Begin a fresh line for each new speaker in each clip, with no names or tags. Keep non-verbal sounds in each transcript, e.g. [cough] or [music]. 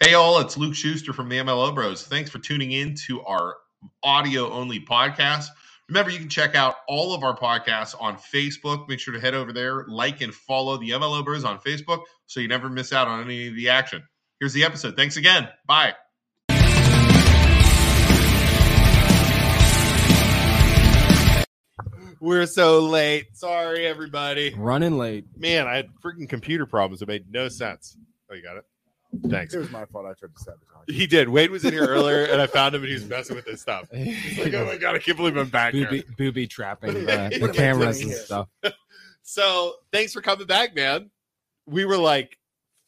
Hey, all, it's Luke Schuster from the MLO Bros. Thanks for tuning in to our audio only podcast. Remember, you can check out all of our podcasts on Facebook. Make sure to head over there, like and follow the MLO Bros on Facebook so you never miss out on any of the action. Here's the episode. Thanks again. Bye.
We're so late. Sorry, everybody.
Running late.
[laughs]
Man, I had freaking computer problems. It made no sense. Oh, you got it. Thanks.
It was my fault. I tried to sabotage.
He did. Wade was in here earlier, and I found him, and he was messing with his stuff. He's like, oh my god, I can't believe I'm back here.
Booby, booby trapping
Yeah, yeah,
uh, the
that's
cameras
what
and
it is.
stuff.
So thanks for coming back, man. We were like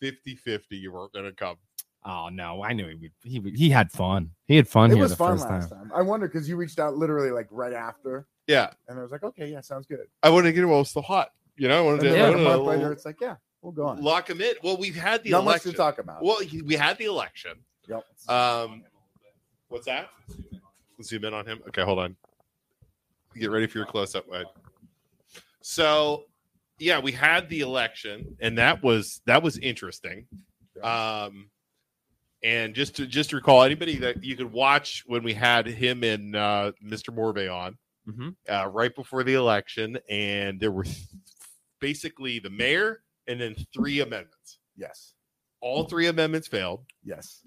50-50 you weren't gonna come.
Oh no, I knew he would- he would- he had fun. He had fun
It
here
was
the
fun
first
last
time.
time. I wonder because you reached out literally like right after,
Yeah.
and I was like, okay, yeah, sounds good.
I wanted to get him while it's still hot. You know, I wanted to,
And then
I
like a
wanted
month
to
later, it's like, yeah, we'll go on.
lock him in. Well, we've had the
Not much
election.
to talk about.
Well, he- we had the election.
Yep.
Um, what's that? Zoom in on him. Okay, hold on. Get ready for your close up, Wade. So, yeah, we had the election, and that was that was interesting. Um, and just to just to recall, anybody that you could watch when we had him and uh, Mr. Morvay on
Mhm.
uh, right before the election, and there were th- basically the mayor and then three amendments.
yes.
All three amendments failed.
Yes.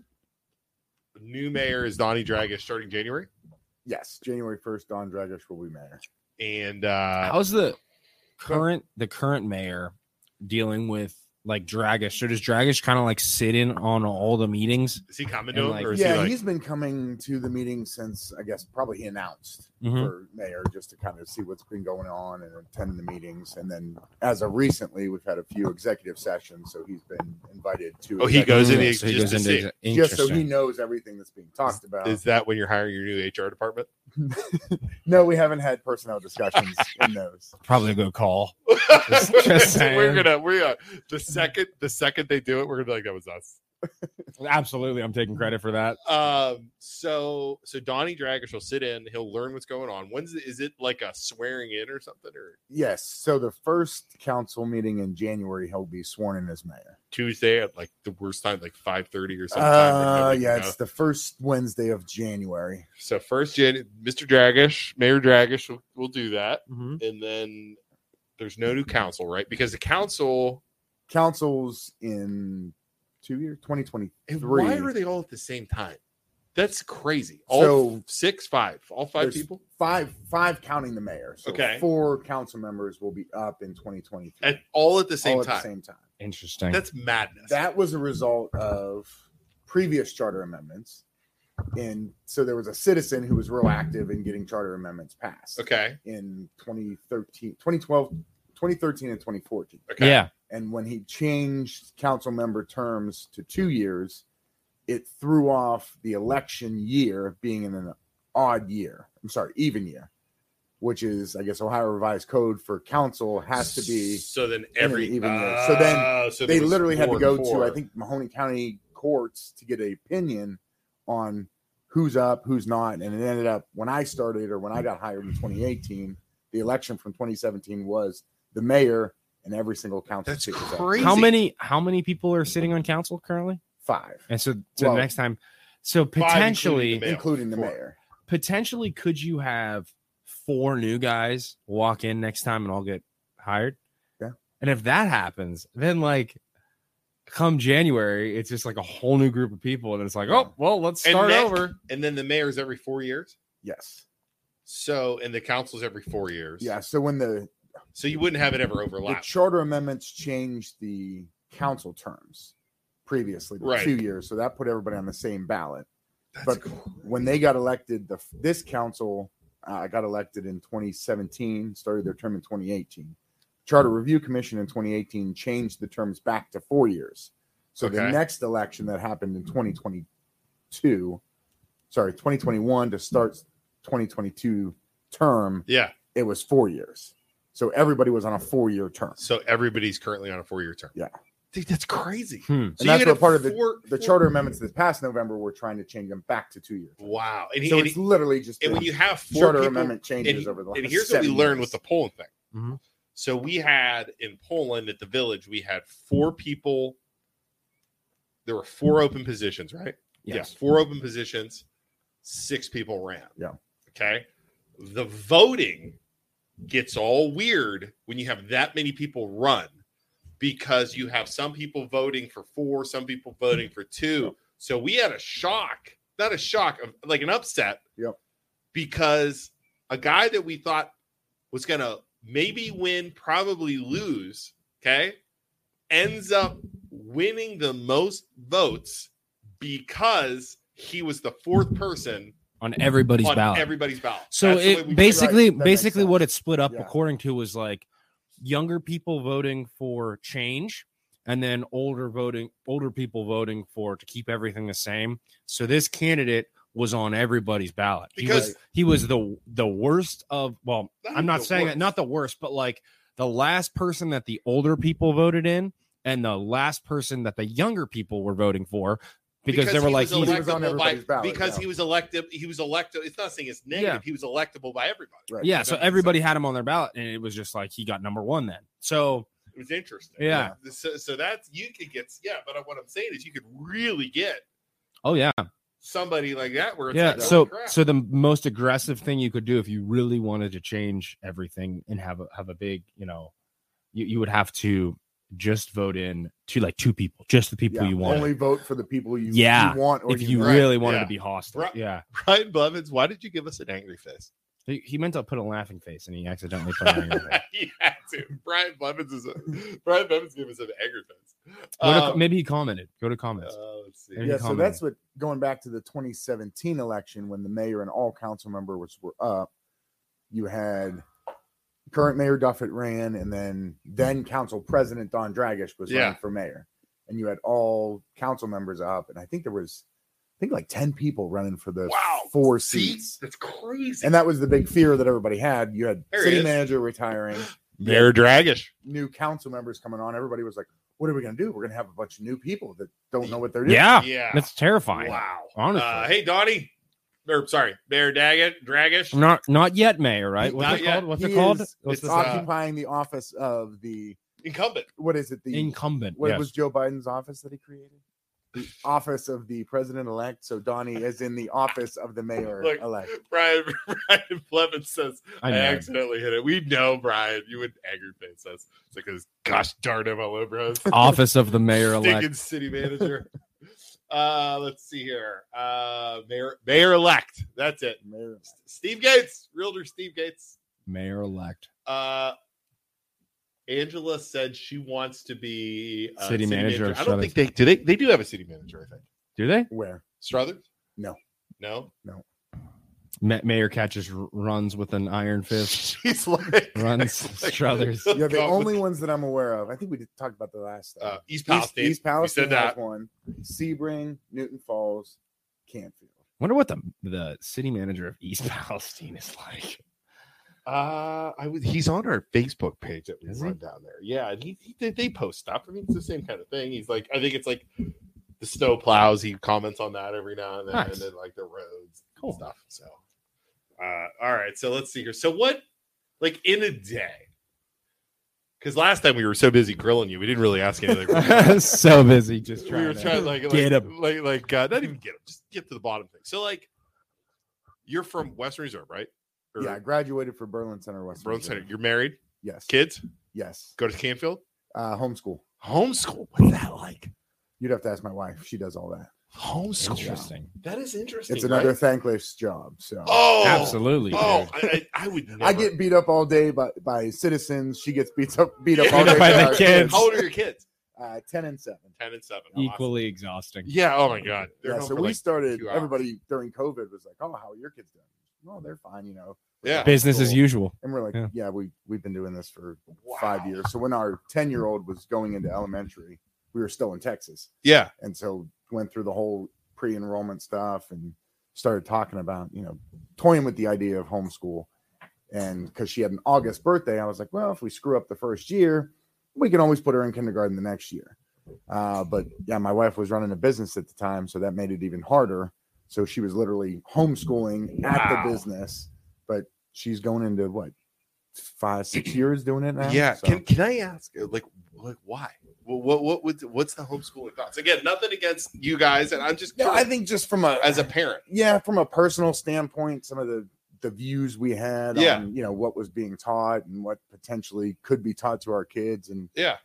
The new mayor is Donnie Dragish starting January.
Yes. January first, Don Dragish will be mayor.
And uh
How's the current the current mayor dealing with like Dragish? So does Dragish kind of like sit in on all the meetings?
is he coming
And
to him
like-
or is
Yeah,
he like
he's been coming to the meeting since I guess probably he announced
Mm-hmm.
Mhm.
for mayor just to kind of see what's been going on and attend the meetings. And then as of recently, we've had a few executive sessions, so he's been invited to.
Oh, he goes in
executive
the-
So he
just
goes
to
into
see.
exa-
sessions just so he
interesting.
knows everything that's being talked about.
is that when you're hiring your new HR department? [laughs]
No, we haven't had personnel discussions in those.
Probably a good call. Just- just
we're
saying.
gonna we are the second the second they do it, we're gonna be like that was us.
Absolutely, I'm taking credit for that.
Um so so Donnie Dragish will sit in, he'll learn what's going on. When's the, is it like a swearing in or something or
Yes. So the first council meeting in January, he'll be sworn in as mayor.
Tuesday at like the worst time, like five thirty or something?
Uh, yeah, it's the first Wednesday of January.
so first Jan Mr. Dragish, Mayor Dragish will, will do that.
Mhm.
And then there's no new council, right? Because the council
Councils in two years, 2023.
And why are they all at the same time? That's crazy. All
So-
f- six, five, all five
There's-
people
Five, five counting the mayor. So
Okay.
four council members will be up in 2023.
at all at the same
all at
time.
the same time.
Interesting.
That's madness.
That was a result of previous charter amendments. And so there was a citizen who was real active in getting charter amendments passed.
okay.
in 2013, 2012, 2013 and 2014.
Okay.
Yeah.
And when he changed council member terms to two years, it threw off the election year being in an odd year. I'm sorry, even year, which is, I guess, Ohio Revised Code for council has to be.
So then every
even year. So then
Ah, so
They
there was
literally had
four
to
and
go
four.
to, I think, Mahoney County courts to get an opinion on who's up, who's not. And it ended up when I started or when I got hired in 2018, the election from 2017 was the mayor and every single council
That's
seat was up.
crazy.
How many how many people are sitting on council currently?
Five,
And so, so
Well,
next time, so
including the
potentially
mayor. Yeah,
including the
four.
mayor.
potentially could you have four new guys walk in next time and all get hired?
Yeah.
And if that happens, then like come January, it's just like a whole new group of people, and it's like, oh well, let's
And
start
that-
over.
And then the mayor's every four years.
Yes.
So and the council's every four years.
Yeah. So when the,
So you wouldn't have it ever
the
overlap.
charter amendments changed the council terms previously to
Right.
two years. So that put everybody on the same ballot.
That's
but-
cool.
when they got elected, the this council uh, got elected in 2017, started their term in 2018. Charter
Hmm.
Review Commission in 2018 changed the terms back to four years. So the
Okay.
next election that happened in 2022, sorry, 2021 to start 2022 term,
Yeah.
it was four years. So everybody was on a four-year term.
So everybody's currently on a four year term.
Yeah.
Dude, that's crazy. So
Hmm.
And that's
you could
what
have
part of the-
four-
The
four-
charter amendments this past November were trying to change them back to two years.
Wow. And, he-
So
and
it's
he-
literally just
and
the
when you have four
charter
people-
amendment changes
he-
over the last
and here's what we
seven
learned
years. Mm-hmm.
with the polling thing.
Mhm.
So we had in Poland at the village, we had four people. there were four open positions, right?
Yes.
Yeah, four open positions, six people ran.
Yeah.
Okay. The voting gets all weird when you have that many people run because you have some people voting for four, some people voting for two. So we had a shock, not a shock, of like an upset.
Yep.
Because a guy that we thought was going to maybe win, probably lose, okay, ends up winning the most votes because he was the fourth person
On everybody's
on
ballot.
everybody's ballot.
so
That's the way
it
we-
basically
Right, that makes
basically what it split up
Yeah.
according to was like younger people voting for change and then older voting older people voting for to keep everything the same. So this candidate was on everybody's ballot. He was-
because
he was the the worst of well
Not
i'm not
the
saying
worst.
that not the worst but like the last person that the older people voted in and the last person that the younger people were voting for because, they were
he
like
was
he's-
elect- He was
electable
on
by-
everybody's ballot,
because
yeah.
he was elected, he was elected. It's not saying it's negative.
Yeah.
He was electable by everybody.
Right.
yeah so
That makes
everybody had him on their ballot and it was just like he got number one then so
It was interesting.
Yeah.
So, so that's you could get yeah, but what I'm saying is you could really get
oh yeah
somebody like that where it's
yeah
like, holy
so
crap.
so the most aggressive thing you could do if you really wanted to change everything and have a have a big you know you, you would have to just vote in to like two people just the people
Yeah,
you want
Only vote for the people you,
Yeah,
you want or
if you
like.
Right,
really wanted
yeah.
to be hostile
Right.
yeah
Brian Blevins, why did you give us an angry face? [laughs]
He, he meant to put a laughing face and he accidentally put an angry face.
[laughs] he had to. Brian Blevins is a, Brian Blevins gave us an angry face.
Go to-
Um,
maybe he commented. Go to comments.
uh, let's see.
Maybe he
yeah, so
commented.
that's what going back to the 2017 election when the mayor and all council members were up, you had current mayor Duffett ran, and then then council president Don Dragish was
Yeah.
running for mayor, and you had all council members up, and I think there was, I think like 10 people running for the
Wow.
four
See?
seats,
That's crazy.
and that was the big fear that everybody had. You had
There he
city
is.
manager retiring,
Mayor Dragish.
new council members coming on. Everybody was like, "What are we going to do? We're going to have a bunch of new people that don't know what they're doing."
yeah,
Yeah.
Oh, that's terrifying.
Wow.
Honestly,
Uh, hey, Donnie. Or, sorry, Mayor Daggett, Dragish.
not not yet, Mayor. Right?
He-
What's
not
it
yet.
called? What's
He
it called?
is-
What's
it's
it
not-
called?
occupying the office of the
Incumbent. [laughs]
what is it? The
Incumbent.
what
yes.
was Joe Biden's office that he created? The office of the president elect. So Donnie is in the office of the mayor
Look,
elect.
Brian, Brian Blevins says,
I
I,
know.
accidentally hit it. We know, Brian, you would angry face us. It's like, this, gosh darn MLO bros.
[laughs] Office of the Mayor
[laughs]
elect.
Stinking city manager. [laughs] uh, let's see here. Uh, Mayor, Mayor elect. That's it.
Mayor.
Steve Gates, Realtor Steve Gates.
Mayor elect.
Uh, Angela said she wants to be uh,
City manager of
I don't think they do. They they do have a city manager. I think
Do they?
[laughs]
Where?
Struthers.
No.
no.
Ma- Mayor catches r- runs with an iron fist.
[laughs] She's like
Runs
[laughs] like-
Struthers.
Yeah, the
Gone with-
only ones that I'm aware of. I think we did talk about the last.
uh,
time.
East
East,
Palestine.
East Palestine
that.
has one. Sebring, Newton Falls, Canfield.
Wonder what the the city manager of East [laughs] Palestine is like. [laughs]
Uh, I was. He's on our Facebook page that we
Is he?
run down there. Yeah, and he, he they, they post stuff. I mean, it's the same kind of thing. He's like, I think it's like the snow plows. He comments on that every now and then,
Nice.
and then like the roads
Cool.
and stuff. So, uh, all right. So let's see here. So what, like in a day? Because last time we were so busy grilling you, we didn't really ask
[laughs]
anything.
so busy just
we
trying.
were
to-
trying like like,
get
like,
'em.
like uh, not even get him, just get to the bottom thing. So like, you're from Western Reserve, right? Or
Yeah, I graduated from Berlin Center, West.
Berlin
Virginia.
Center. You're married,
Yes.
kids.
Yes.
Go to Canfield.
Uh, homeschool.
Homeschool. What's that like?
You'd have to ask my wife. She does all that.
Homeschool.
Interesting.
That is interesting.
It's another
right?
thankless job. So
Oh,
Absolutely.
Oh,
dude.
I, I, I would. Never.
[laughs] I get beat up all day by, by citizens. She gets beat up beat up
Yeah. [laughs]
all day
By the
our
kids.
How old are your kids?
Uh, Ten and seven.
Ten and seven. Awesome.
Equally exhausting.
Yeah. Oh my god. They're
yeah.
home
So
for,
we
like,
started.
two hours.
Everybody during COVID was like, "Oh, how are your kids doing?" Well, they're fine, you know.
Yeah.
Business as
[laughs]
Cool.
usual.
And we're like, "Yeah,
Yeah.
we we've been doing this for
Wow.
five years." So when our ten year old was going into elementary, we were still in Texas,
Yeah.
and so went through the whole pre enrollment stuff and started talking about you know toying with the idea of homeschool. And because she had an August birthday, I was like, "Well, if we screw up the first year, we can always put her in kindergarten the next year." Uh, but yeah, my wife was running a business at the time, so that made it even harder. So she was literally homeschooling at
Wow.
the business, but she's going into what five, six years doing it now.
Yeah.
So,
Can Can I ask? uh, Like, like why? What what, what would what's the homeschooling thoughts? Again, nothing against you guys, and I'm just
No, I
curious
think just from a
as a parent.
yeah, from a personal standpoint, some of the the views we had
Yeah.
on you know what was being taught and what potentially could be taught to our kids, and
Yeah,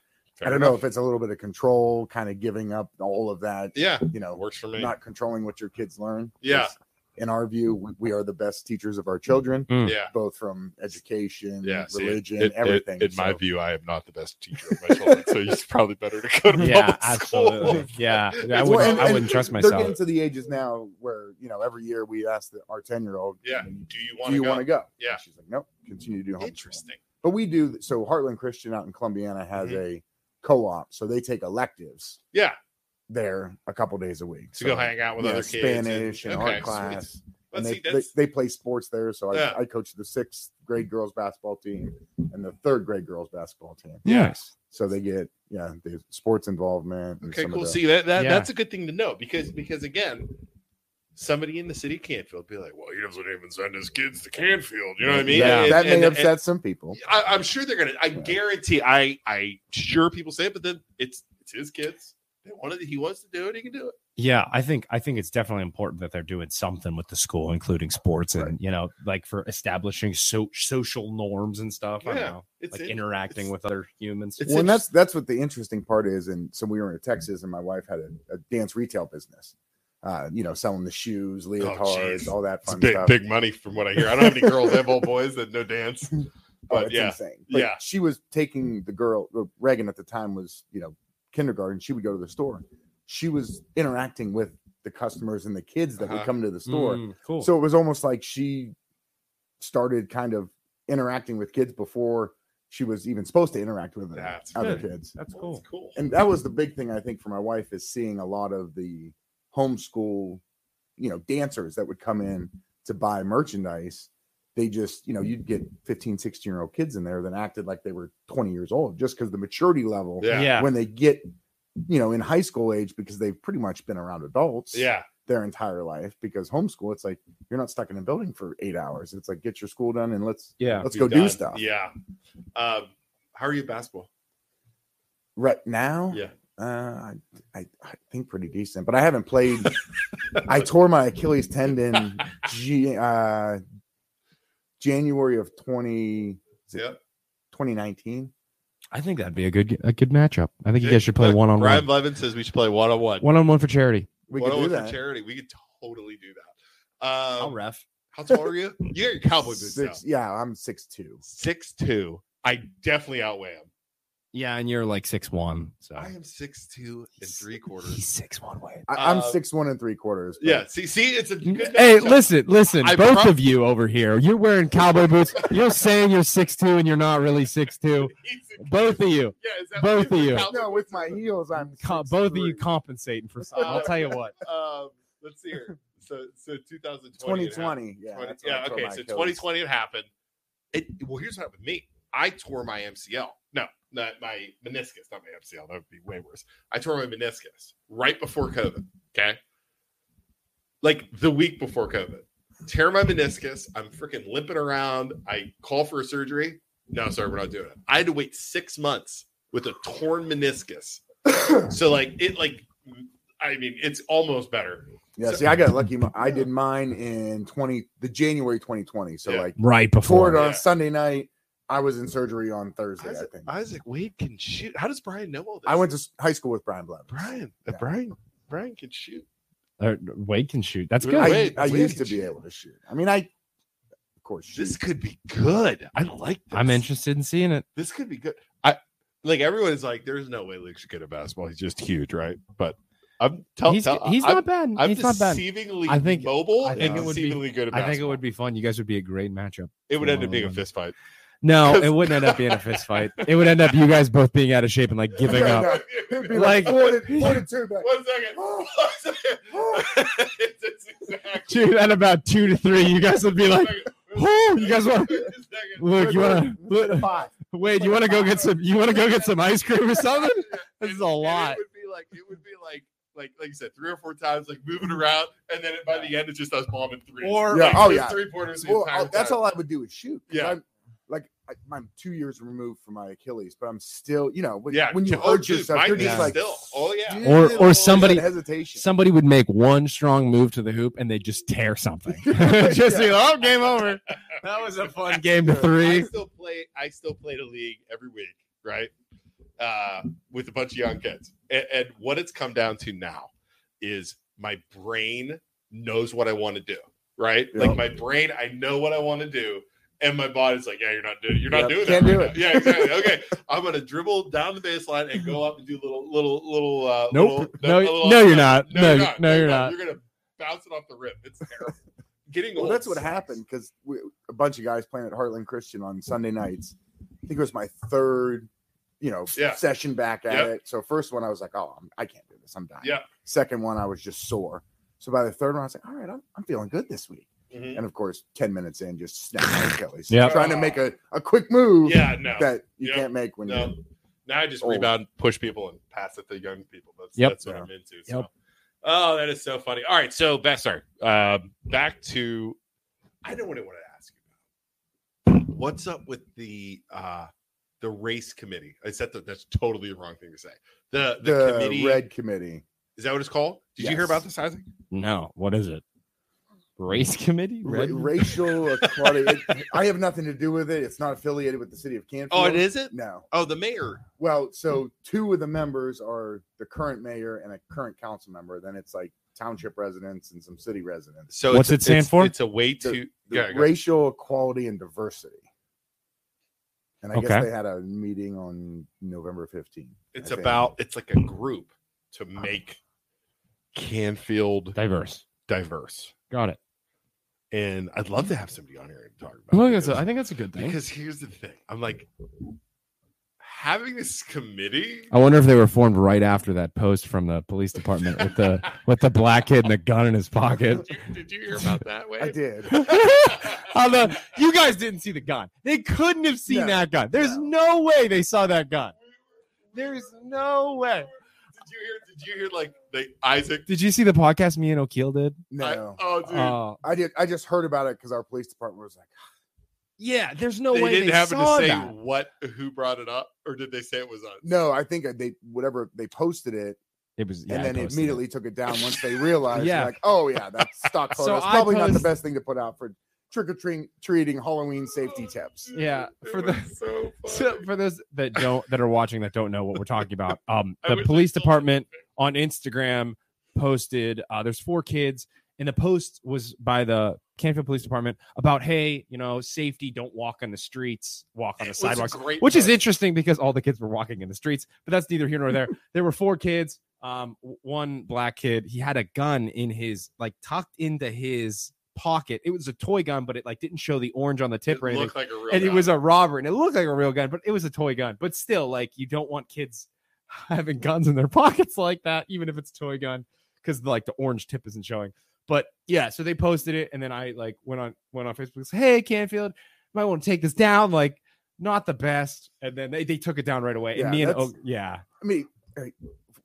I don't know if it's a little bit of control, kind of giving up all of that,
Yeah,
you know,
works for me.
not controlling what your kids learn.
Yeah.
'Cause In our view, we, we are the best teachers of our children,
yeah,
both from education,
yeah, see, it-
religion,
it- it-
everything.
in my
So,
view, I am not the best teacher of my children, so it's probably better to go to
yeah,
public school.
absolutely. Yeah, I
Well,
wouldn't.
and-
I
and
wouldn't trust
They're
myself.
getting to the ages now where you know every year we ask the, our ten year old,
Yeah.
do
Do you want
you
to
want
go?
to go?
Yeah.
And she's like, nope, continue to do homeschool.
Interesting.
But we do so. Heartland Christian out in Columbiana has a co-op, so they take electives
Mm-hmm. Yeah,
there a couple days a week.
to
so,
go hang out with
yeah,
other kids,
Spanish and,
okay,
art class.
sweet.
And
Let's
they,
see,
they,
that's-
they play sports there. So I,
Yeah.
I coach the sixth grade girls basketball team and the third grade girls basketball team.
yeah.
So they get yeah, the sports involvement. and
Okay,
some of
cool.
the-
See that, that
Yeah.
that's a good thing to know because because again, somebody in the city of Canfield be like, well, he doesn't even send his kids to Canfield. You know what I mean?
that,
And-
that may
and- and-
upset some people.
I, I'm sure they're gonna. I guarantee. I I sure people say it, but then it's it's his kids. They wanted. He wants to do it. He can do it.
Yeah, I think I think it's definitely important that they're doing something with the school, including sports and you know, like for establishing so social norms and stuff. I
Yeah,
don't know,
It's
like
in-
interacting
it's-
with other humans.
it's
well, and
inter-
that's that's what the interesting part is. And so we were in Texas, and my wife had a, a dance retail business. Uh, you know, selling the shoes, leotards,
Oh, jeez.
all that
It's
fun
big
stuff.
big money from what I hear. I don't have any girls. I have all boys that no dance.
[laughs] Oh,
But
it's
yeah,
insane. But
yeah.
she was taking the girl Reagan at the time was you know kindergarten. She would go to the store. She was interacting with the customers and the kids that
Uh-huh.
would come to the store.
Mm, cool.
So it was almost like she started kind of interacting with kids before she was even supposed to interact with
That's
other
good.
kids.
that's
Well,
cool.
that's cool.
And that was the big thing I think for my wife is seeing a lot of the homeschool, you know, dancers that would come in
Mm-hmm.
to buy merchandise. They just, you know, you'd get 15, 16 year old kids in there that acted like they were 20 years old just because the maturity level
Yeah.
yeah.
when they get, you know, in high school age because they've pretty much been around adults
Yeah,
their entire life because homeschool, it's like you're not stuck in a building for eight hours. It's like get your school done and let's
yeah.
let's
be
go
done.
do stuff.
Yeah. Um, how are you at basketball?
Right now,
Yeah.
Uh, I, I I think pretty decent, but I haven't
[laughs]
played. I tore my Achilles tendon G, uh, January of 20, is it
Yeah.
2019.
I think that'd be a good a good matchup. I think you
Dick,
guys should play
look,
one on
Brian
one.
Levin says we should play one on one.
One on one for charity.
We
one
could
on
do
one
that.
for charity. We could totally do that. Um,
ref.
how tall are
[laughs]
you? You got your cowboy boots.
Six, yeah, I'm six two.
Six two. I definitely outweigh him.
Yeah, and you're like six one. So
I am six two and three
He's
quarters.
six one way.
I, I'm
Um,
six one and three quarters. but
Yeah. See, see, it's a good
Hey,
matchup.
listen, listen,
I
both
prob-
of you over here. You're wearing cowboy boots. You're saying you're six two and you're not really six two.
He's a-
Both of you.
Yeah, is that
both
is
of
that
you.
cowboy
No, with
boots?
my heels, I'm
Com- both of you
6'3".
compensating for something. I'll tell you what.
Um, let's see here. So, so 2020. it happened.
2020. Yeah,
20
that's when I
yeah.
tore
Okay.
my
So
Achilles.
2020 it happened. It well, here's what happened with me. I tore my MCL. No, not my meniscus, not my MCL. That would be way worse. I tore my meniscus right before COVID. Okay. Like the week before COVID. Tear my meniscus. I'm freaking limping around. I call for a surgery. No, sorry, we're not doing it. I had to wait six months with a torn
[coughs]
meniscus. so like it like I mean it's almost better.
Yeah,
So-
see, I got
[laughs]
lucky. I did mine in twenty, the January twenty twenty. So
Yeah.
like,
Right
tore it
before.
on
Yeah.
Sunday night. I was in surgery on Thursday. I
Isaac,
think
Isaac Wade can shoot. How does Brian know all this?
I went to s- high school with Brian Blevins.
Brian. uh,
Yeah.
Brian. Brian can shoot.
Or Wade can shoot. That's
Yeah,
good.
I,
Wade-
I
Wade
used to
can
be
shoot.
able to shoot. I mean, I of course shoot.
This could be good. I like. This.
I'm interested in seeing it.
This could be good. I like. Everyone is like, "There's no way Luke's good at basketball. He's just huge, right?" But I'm tell,
he's
tell-
he's
I'm,
not bad.
I'm
he's not bad.
deceivingly
I think-
mobile
I think
and
it
would be-
deceivingly good at
I
basketball.
think it would be fun. You guys would be a great matchup.
It would end up being a
One-on-one.
fist fight.
No,
Because-
it wouldn't end up being a fist fight. It would end up you guys both being out of shape and like giving
Yeah,
up.
no. It'd be like,
Like-
four to, four to two,
[laughs]
but-
One [gasps] second. One second. [gasps] [laughs] It's- it's exact-
Two at about two to three, you guys would be
[laughs]
like, "Whoo, you guys
One
want-
second.
Look, you wanna
Four to five.
[laughs] Wade, you wanna go get some you wanna go get some ice cream or something? This
And-
is a
and
lot.
It would be like it would be like like like you said, three or four times, like moving around, and then by the end it's just us bombing three.
Or-
Yeah, oh, yeah.
three pointers.
Well, I- that's all I would do is shoot. 'cause
Yeah.
I'm- like I, I'm two years removed from my Achilles, but I'm still, you know, when,
Yeah,
when you
oh,
urge
dude,
yourself,
mine
you're
is
just like,
still- oh, yeah.
"Dude,
Or- or
that
somebody-
hesitation.
Somebody would make one strong move to the hoop and they just tear something. [laughs] just be like, oh, game over. That was a fun game to
I
three.
still play. I still played a league every week, right? Uh, with a bunch of young kids, and, and what it's come down to now is my brain knows what I want to do, right? Like
Yep.
my brain, I know what I want to do, and my body's like, yeah, you're not doing, you're not
Yep,
doing that.
can't do
right
it.
now." Yeah, exactly.
[laughs]
Okay, I'm gonna dribble down the baseline and go up and do little, little, little. Uh,
Nope.
Little,
No,
little-
no, you're not. No, you- no, you're not.
You're gonna bounce it off the rim.
[laughs]
It's terrible. Getting
Well,
old
that's what
sucks.
happened because a bunch of guys playing at Heartland Christian on Sunday nights. I think it was my third, you know,
Yeah.
session back at
Yep.
it. So first one, I was like, oh, I'm, I can't do this. I'm dying.
Yeah.
Second one, I was just sore. So by the third one, I was like, all right, I'm, I'm feeling good this week.
Mhm.
And of course, 10 minutes in, just
[laughs]
snap my Achilles.
Yep.
Trying to make a, a quick move
Yeah, no.
that you
Yep.
can't make when
No.
you're
Now I just
Old.
rebound, push people, and pass it to young people. That's,
Yep.
that's what
Yeah.
I'm into. So.
Yep.
Oh, that is so funny. All right, so back, sorry. Uh, back to, I know what I want to ask you about. What's up with the uh, the race committee? I said that that's totally the wrong thing to say. The the,
the
committee
red committee.
is that what it's called? Did you hear
Yes.
about this, Isaac?
No, what is it? Race committee?
Ra-
Red- [laughs]
racial equality. It- I have nothing to do with it. It's not affiliated with the city of Canfield.
Oh, it isn't.
No.
Oh, the mayor.
Well,
Hmm.
so two of the members are the current mayor and a current council member. Then it's like township residents and some city residents.
So
What's
it's,
it stand
it's-
for?
It's a way
The-
to
The
yeah, go.
racial equality and diversity. And I guess
Okay.
they had a meeting on November 15th.
It's
I think.
about it's like a group to make Canfield
Diverse.
diverse.
Got it.
and I'd love to have somebody on here to talk about.
Well,
it
that's a,
because,
I think that's a good thing.
because here's the thing: I'm like having this committee.
I wonder if they were formed right after that post from the police department Oh,
[laughs]
with the with the black kid and a gun in his pocket. [laughs]
Did you, did you hear about that? Way
I did.
On the- you guys didn't see the gun. They couldn't have seen
No.
that gun. There's no. way they saw that gun. There's no way.
Did you hear? Did you hear like the Isaac?
Did you see the podcast me and O'Keel did?
I-
No,
oh, dude.
Oh,
I did. I just heard about it because our police department was like,
yeah. There's no
they
way
didn't
they
happen
saw
to say
that.
what who brought it up, or did they say it was us?
no, I think uh, they, whatever, they posted it
It was.
and
yeah, I
then
posted it.
immediately took it down once they realized,
Yeah.
like, oh yeah, that
[laughs]
stock
So
photo is
I
probably not the
post-
best thing to put out for trick or treating, treating Halloween safety tips.
Yeah,
Oh, It
for
was
the-
so,
[laughs] So
funny.
for those that don't that are watching that don't know what we're
[laughs]
talking about, um,
I
the
wish I
police
still had
department on Instagram posted uh, there's four kids, and the post was by the Canfield Police Department about hey, you know, safety, don't walk on the streets, walk
[laughs] It
on the
was a
sidewalks,
great
which is
post.
interesting because all the kids were walking in the streets, but that's neither here nor
[laughs]
there. there were four kids, um, w- one black kid, he had a gun in his like tucked into his pocket. It was a toy gun, but it like didn't show the orange on the tip
It
or anything
looked like a real
and it
guy.
was a robber and it looked like a real gun but it was a toy gun but still like you don't want kids [laughs] having guns in their [laughs] pockets like that even if it's a toy gun because like the orange tip isn't showing but yeah so they posted it and then i like went on went on facebook and said, hey canfield might want to take this down like not the best and then they, they took it down right away
Yeah,
and me and
that's-
oh yeah
I mean, hey,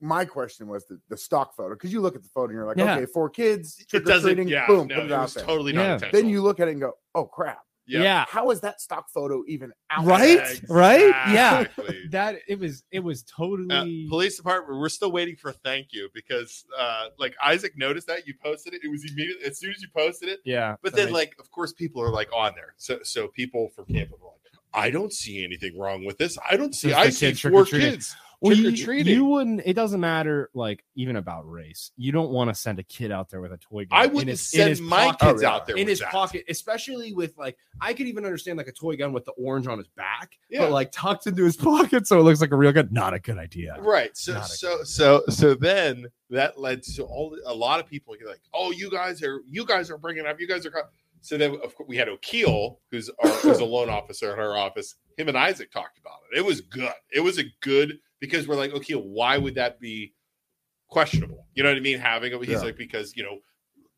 my question was the, the stock photo because you look at the photo and you're like,
Yeah.
okay, four kids,
It
trick or
doesn't.
treating,
Yeah,
boom,
no,
put
it
it out
was
there.
totally
Yeah.
not
then
intentional.
you look at it and go, oh crap,
yeah,
how is that stock photo even out?
Right?
there?
Right? Yeah.
[laughs] Exactly.
that it was it was
Uh,
totally
police department, we're still waiting for a thank you because, uh, like Isaac noticed that you posted it. It was immediately as soon as you posted it.
yeah
But
I
then,
mean,
like, of course, people are like on there. So, so people from Tampa were like, "I don't see anything wrong with this. I don't see.
Just
I
the
see
kid
four
trick-or-treating.
kids
Well,
trick or
you,
treating.
you wouldn't. It doesn't matter, like even about race. You don't want to send a kid out there with a toy gun.
I
in
wouldn't
his- in
send
his
my
pocket-
kids
Oh, yeah.
out there
in
with
his
that.
pocket, especially with like I could even understand like a toy gun with the orange on his back,
Yeah.
but like tucked into his [laughs] pocket, so it looks like a real gun. Not a good idea.
Right. So
Not a
so so so then that led to all a lot of people like, oh, you guys are you guys are bringing up you guys are. co-" So then of course we had O'Keel, who's our, who's a loan officer at our office. Him and Isaac talked about it. It was good. It was a good because we're like, O'Keel, why would that be questionable? You know what I mean? Having it, he's
Yeah.
like because you know.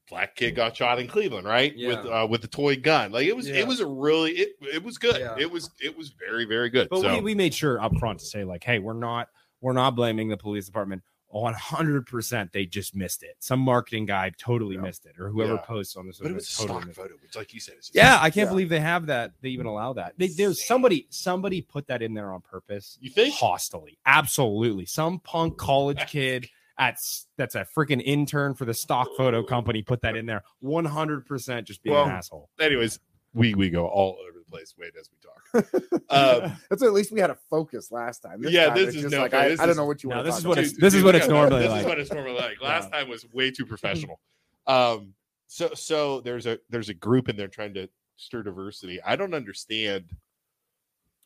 Black kid got shot in Cleveland, right?
Yeah.
With uh, with the toy gun, like it was.
Yeah.
It was a really it. It was good.
Yeah.
It was it was very very good.
But
so
we, we made sure up front to say like, hey, we're not we're not blaming the police department. 100% they just missed it. Some marketing guy totally
Yeah.
missed it, or whoever
Yeah.
posts on this.
But it was a
totally
stock
missed it.
photo, which, like you said, it's just-
Yeah, I can't
Yeah.
believe they have that. They even allow that. They, there's somebody somebody put that in there on purpose.
You think?
Hostily, absolutely. Some punk college kid at s- that's a freaking intern for the stock photo company put that in there. 100% just being
Well,
an asshole.
[laughs] Anyways, we we go all over the place. Wait as we
[laughs]
talk. um,
That's at least we had a focus last time.
Yeah,
time
this
it's
is
just
no-
like I,
this
I don't
is-
know what you
No,
want.
this
to
is
talk
what
about.
it's- this is what it's
no,
normally
this
like.
is what it's normally like. Last time was way
[laughs]
too professional. Um, so so there's a there's a group in there trying to stir diversity. I don't understand.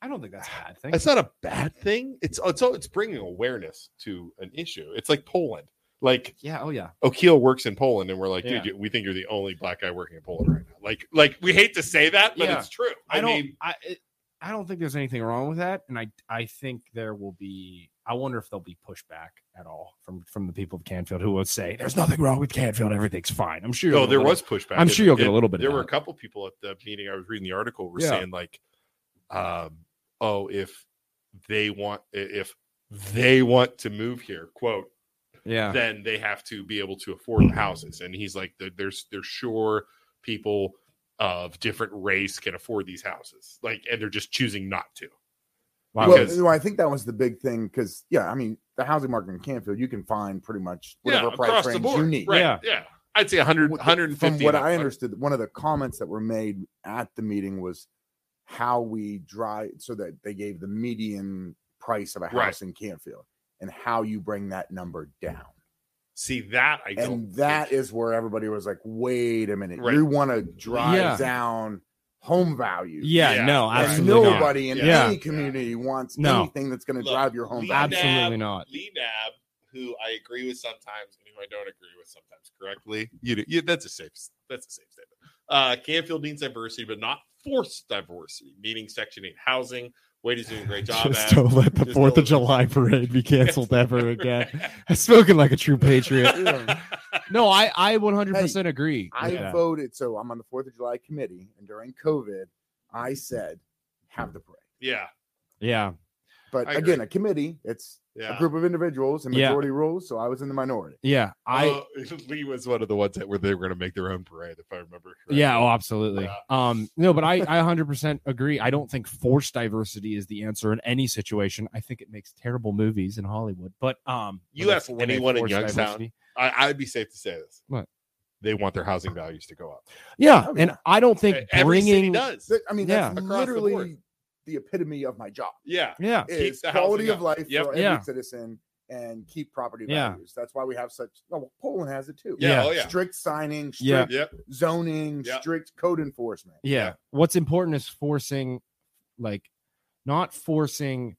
I don't think that's a bad thing.
It's not a bad thing. It's it's all- it's bringing awareness to an issue. It's like Poland. Like
yeah, oh yeah.
O'Keel works in Poland, and we're like,
Yeah.
dude, you- we think you're the only black guy working in Poland right now. Like like we hate to say that, but
Yeah.
it's true.
I,
I,
don't.
mean,
I it, I don't think there's anything wrong with that, and I I think there will be. I wonder if there'll be pushback at all from from the people of Canfield who would say there's nothing wrong with Canfield, everything's fine. I'm sure. you'll
no,
get a
Oh, there
little-
was pushback.
I'm sure you'll get a
It-
little bit.
there
of
were a
that.
couple people at the meeting I was reading the article were
Yeah.
saying like, um, oh, if they want i- if they want to move here, quote,
yeah.
then they have to be able to afford the houses. And he's like, there- there's there's sure people of different race can afford these houses, like, and they're just choosing not to.
Wow.
Well,
because-
no, I think that was the big thing because yeah, I mean the housing market in Canfield, you can find pretty much whatever price range you need.
right? Yeah,
Yeah.
I'd say 100,
What-
150.
From what
and
I
up.
understood, one of the comments that were made at the meeting was how we drive so that they gave the median price of a
Right.
house in Canfield and how you bring that number down.
see that I don't.
and that
think-
is where everybody was like, wait a minute,
Right.
you want to drive
Yeah.
down home value.
yeah,
Yeah.
No.
Right.
And
Absolutely not.
nobody in
Yeah.
any community wants
No.
anything that's going to
Look,
drive your home
we
value.
Absolutely not.
Lee Nab, who I agree with sometimes and who I don't agree with sometimes correctly. You, you that's a safe that's a safe statement. Uh Canfield needs diversity, but not forced diversity, meaning section eight housing. Wade is doing a
[laughs]
great job
Just
at
don't let the
Just
Fourth of
don't
July parade be
[laughs]
canceled ever again. I'm spoken like a true patriot. No, I I 100 percent agree.
I
with that.
voted, so I'm on the Fourth of July committee, and during COVID, I said have the parade.
yeah,
Yeah.
But
I agree.
again, a committee, it's
yeah.
a group of individuals and
Yeah.
majority rules. So I was in the minority.
Yeah.
Oh,
I.
Uh, [laughs] Lee was one of the ones that were they were going to make their own parade, if I remember. correctly.
Yeah, oh, absolutely.
Yeah.
Um, no, but I, I 100% agree. I don't think forced diversity is the answer in any situation. I think it makes terrible movies in Hollywood. But um,
You
when they-
ask
when they
anyone in
force
Youngstown.
diversity-
I, I'd be safe to say this.
What?
They want their housing values to go up.
yeah,
Oh, yeah.
and I don't think
E-, Every city
bringing,
does.
That- I mean, that's
Yeah. Across the board.
literally the, epitome of my job.
Yeah,
yeah,
Keep
It's
the housing
quality
up.
of life
Yep.
for every
Yeah.
citizen and keep property
Yeah.
values. That's why we have such. oh, Well, Poland has it too.
yeah,
Yeah.
oh yeah,
Strict signing, strict
Yeah.
yep.
zoning,
Yeah.
strict code enforcement.
yeah,
Yeah.
What's important is forcing, like, not forcing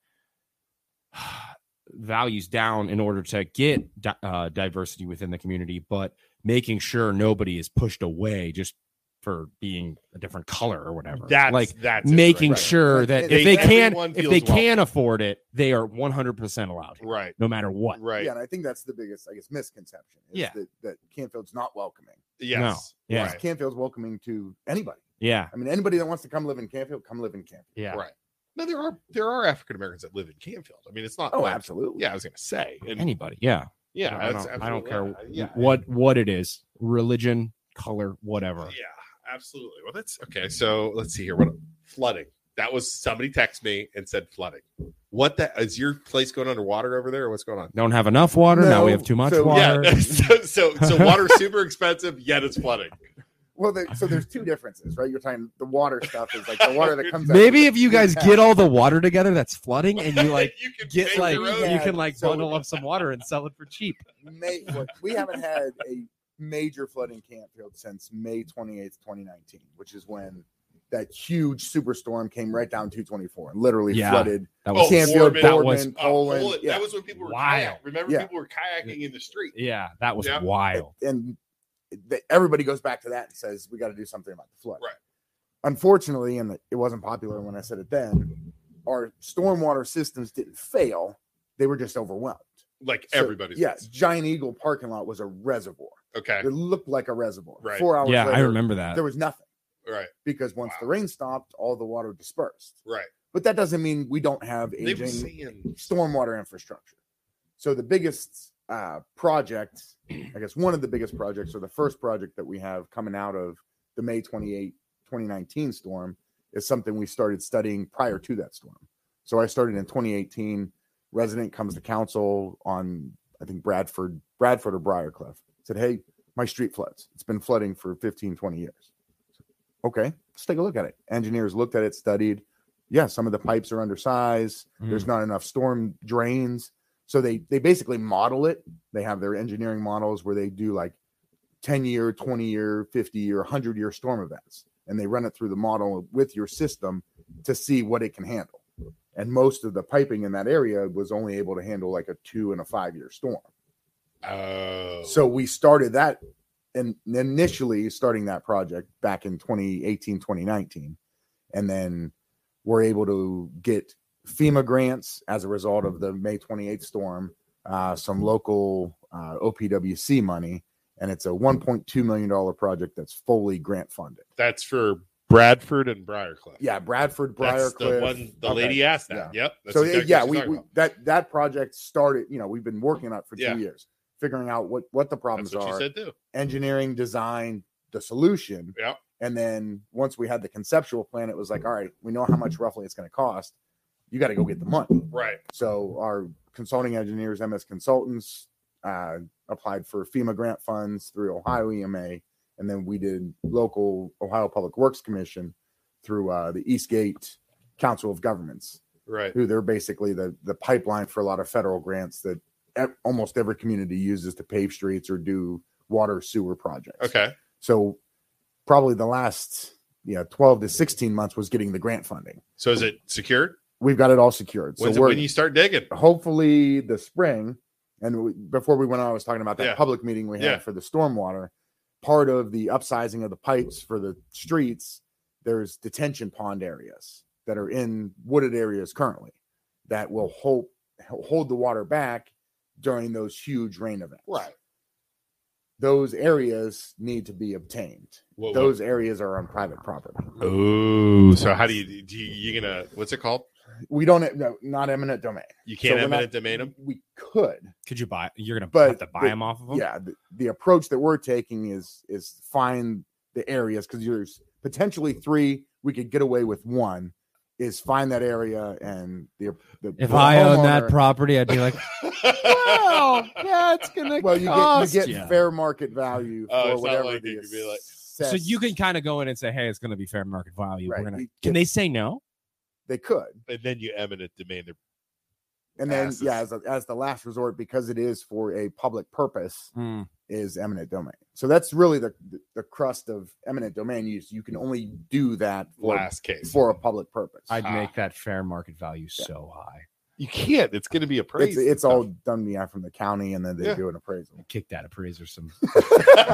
[sighs] values down in order to get di- uh, diversity within the community, but making sure nobody is pushed away just for being a different color or whatever.
That's
like.
that's it,
making
right.
sure that
And
if they
they-
can
everyone
if
feels
they can afford it, they are 100% allowed,
right,
no matter what.
right.
Yeah, and I think that's the biggest, I guess, misconception. Is
Yeah.
that, that Canfield's not welcoming.
Yes.
No. Yeah.
Right.
Canfield's welcoming to anybody.
Yeah,
I mean, anybody that wants to come live in Canfield, come live in Canfield.
yeah,
Right. No, there are there are African Americans that live in Canfield. I mean, it's not.
Oh,
like-
absolutely.
Yeah, I was gonna say. And,
Anybody, yeah,
yeah,
I
that's
don't, I don't care
absolutely- Yeah,
what what it is, religion, color,
Yeah,
whatever.
absolutely. Well, that's okay. So let's see here. What flooding? That was somebody texted me and said flooding. What that is your place going underwater over there? Or what's going on?
Don't have enough water now. We
No,
have too much
so- [laughs]
water.
Yeah. [laughs] So so, so water's super expensive, yet it's flooding.
Well, there, so there's two differences, right? You're talking the water stuff is like the water that comes. out
Maybe
of
if you guys
Yeah.
get all the water together that's flooding, and you
[laughs]
like
[laughs] you can
get
pave
like
your
road.
you
Yeah,
can like
so-
bundle up some water and sell it for cheap.
May, what, we haven't had a major flood in Canfield since May 28th, 2019, which is when that huge superstorm came right down 224 and literally
Yeah.
flooded
That
Oh,
was
Canfield,
Foreman.
Foreman,
That was-
Uh,
Poland.
Poland,
yeah.
That was when people were
Wow.
kayak. Remember,
Yeah.
people were kayaking in the street.
yeah, that was
Yeah.
wild.
and th- everybody goes back to that and says we got to do something about the flood.
Right.
Unfortunately, and it wasn't popular when I said it then, our stormwater systems didn't fail; they were just overwhelmed.
Like
So,
everybody's.
Yes, Giant Eagle parking lot was a reservoir.
Okay.
It looked like a reservoir.
Right.
Four hours.
Yeah, I
later,
remember that.
There was nothing
Right.
because once the rain stopped, all the water dispersed.
Right.
But that doesn't mean we don't have
They were
aging
seeing.
stormwater infrastructure. So the biggest uh, project, I guess one of the biggest projects or the first project that we have coming out of the May 28, 2019 storm is something we started studying prior to that storm. So I started in 2018. Resident comes to council on, I think, Bradford, Bradford or Briarcliff. Said, hey, my street floods. It's been flooding for 15, 20 years. Okay, let's take a look at it. Engineers looked at it, studied. Yeah, some of the pipes are undersized.
Mm.
There's not enough storm drains. So they they basically model it. They have their engineering models where they do like 10 year, 20 year, 50 year, 100 year storm events and they run it through the model with your system to see what it can handle. And most of the piping in that area was only able to handle like a 2 and a 5 year storm.
Oh.
So we started that and initially starting that project back in 2018, 2019. And then we're able to get FEMA grants as a result of the May 28th storm, uh, some local uh, OPWC money. And it's a $1.2 million project that's fully grant funded.
that's for Bradford and Briarcliff.
Yeah, Bradford,
That's the
Briarcliff.
one the
Okay.
lady asked that. Yep. That's
so
exactly
yeah,
what
we,
she's
we
talking
that that project started. You know, we've been working on it for
Yeah.
two years, figuring out what what the
about.
problems
That's what
are,
she said too.
engineering, design, the solution.
Yeah.
And then once we had the conceptual plan, it was like, all right, we know how much roughly it's going to cost. You got to go get the money.
Right.
So our consulting engineers, MS consultants, uh, applied for FEMA grant funds through Ohio EMA, and then we did local Ohio Public Works Commission through uh, the Eastgate Council of Governments,
Right.
who they're basically the the pipeline for a lot of federal grants that e- almost every community uses to pave streets or do water sewer projects.
Okay.
So probably the last you know 12 to 16 months was getting the grant funding.
So is it secured?
We've got it all secured.
When's
so
it
we're
when you start digging?
hopefully the spring and w before we went on i was talking about that
Yeah.
public meeting we had
Yeah.
for the stormwater part of the upsizing of the pipes for the streets there's detention pond areas that are in wooded areas currently that will hold hold the water back during those huge rain events those areas need to be obtained
What-
those areas are on private property
what- Oh, so how do you do? You, you gonna what's it called?
we don't no, not eminent domain
You can't
we're not-
eminent domain 'em?
we could
Could you buy? You're gonna
But
have to buy
the-
them off
Uh-huh.
of them.
yeah the, the approach that we're taking is is find the areas because there's potentially three we could get away with one is find that area and the, the
If
the
I owned that
homeowner-
property, I'd be
[laughs]
like, well, that's gonna
well you
cost
get you
ya."
get fair market value
Oh,
for
it's not
whatever
like
the
it could be like-
So you
assessed-
can kind of go in and say, hey, it's gonna be fair market value.
right,
We're gonna.
we
Can
get-
they say no?
they could
[laughs] and then you eminent domain their
and then
Asses.
yeah as, a, as the last resort because it is for a public purpose
Mm,
is eminent domain so that's really the the, the crust of eminent domain use you can only do that for
last case.
for a public purpose
I'd
Ah.
make that fair market value so high.
You can't. It's gonna be
it's,
appraised. [laughs]
it's all done yeah, from the county and then they
Yeah.
do an
[laughs]
appraisal
Kick that appraiser some.
all.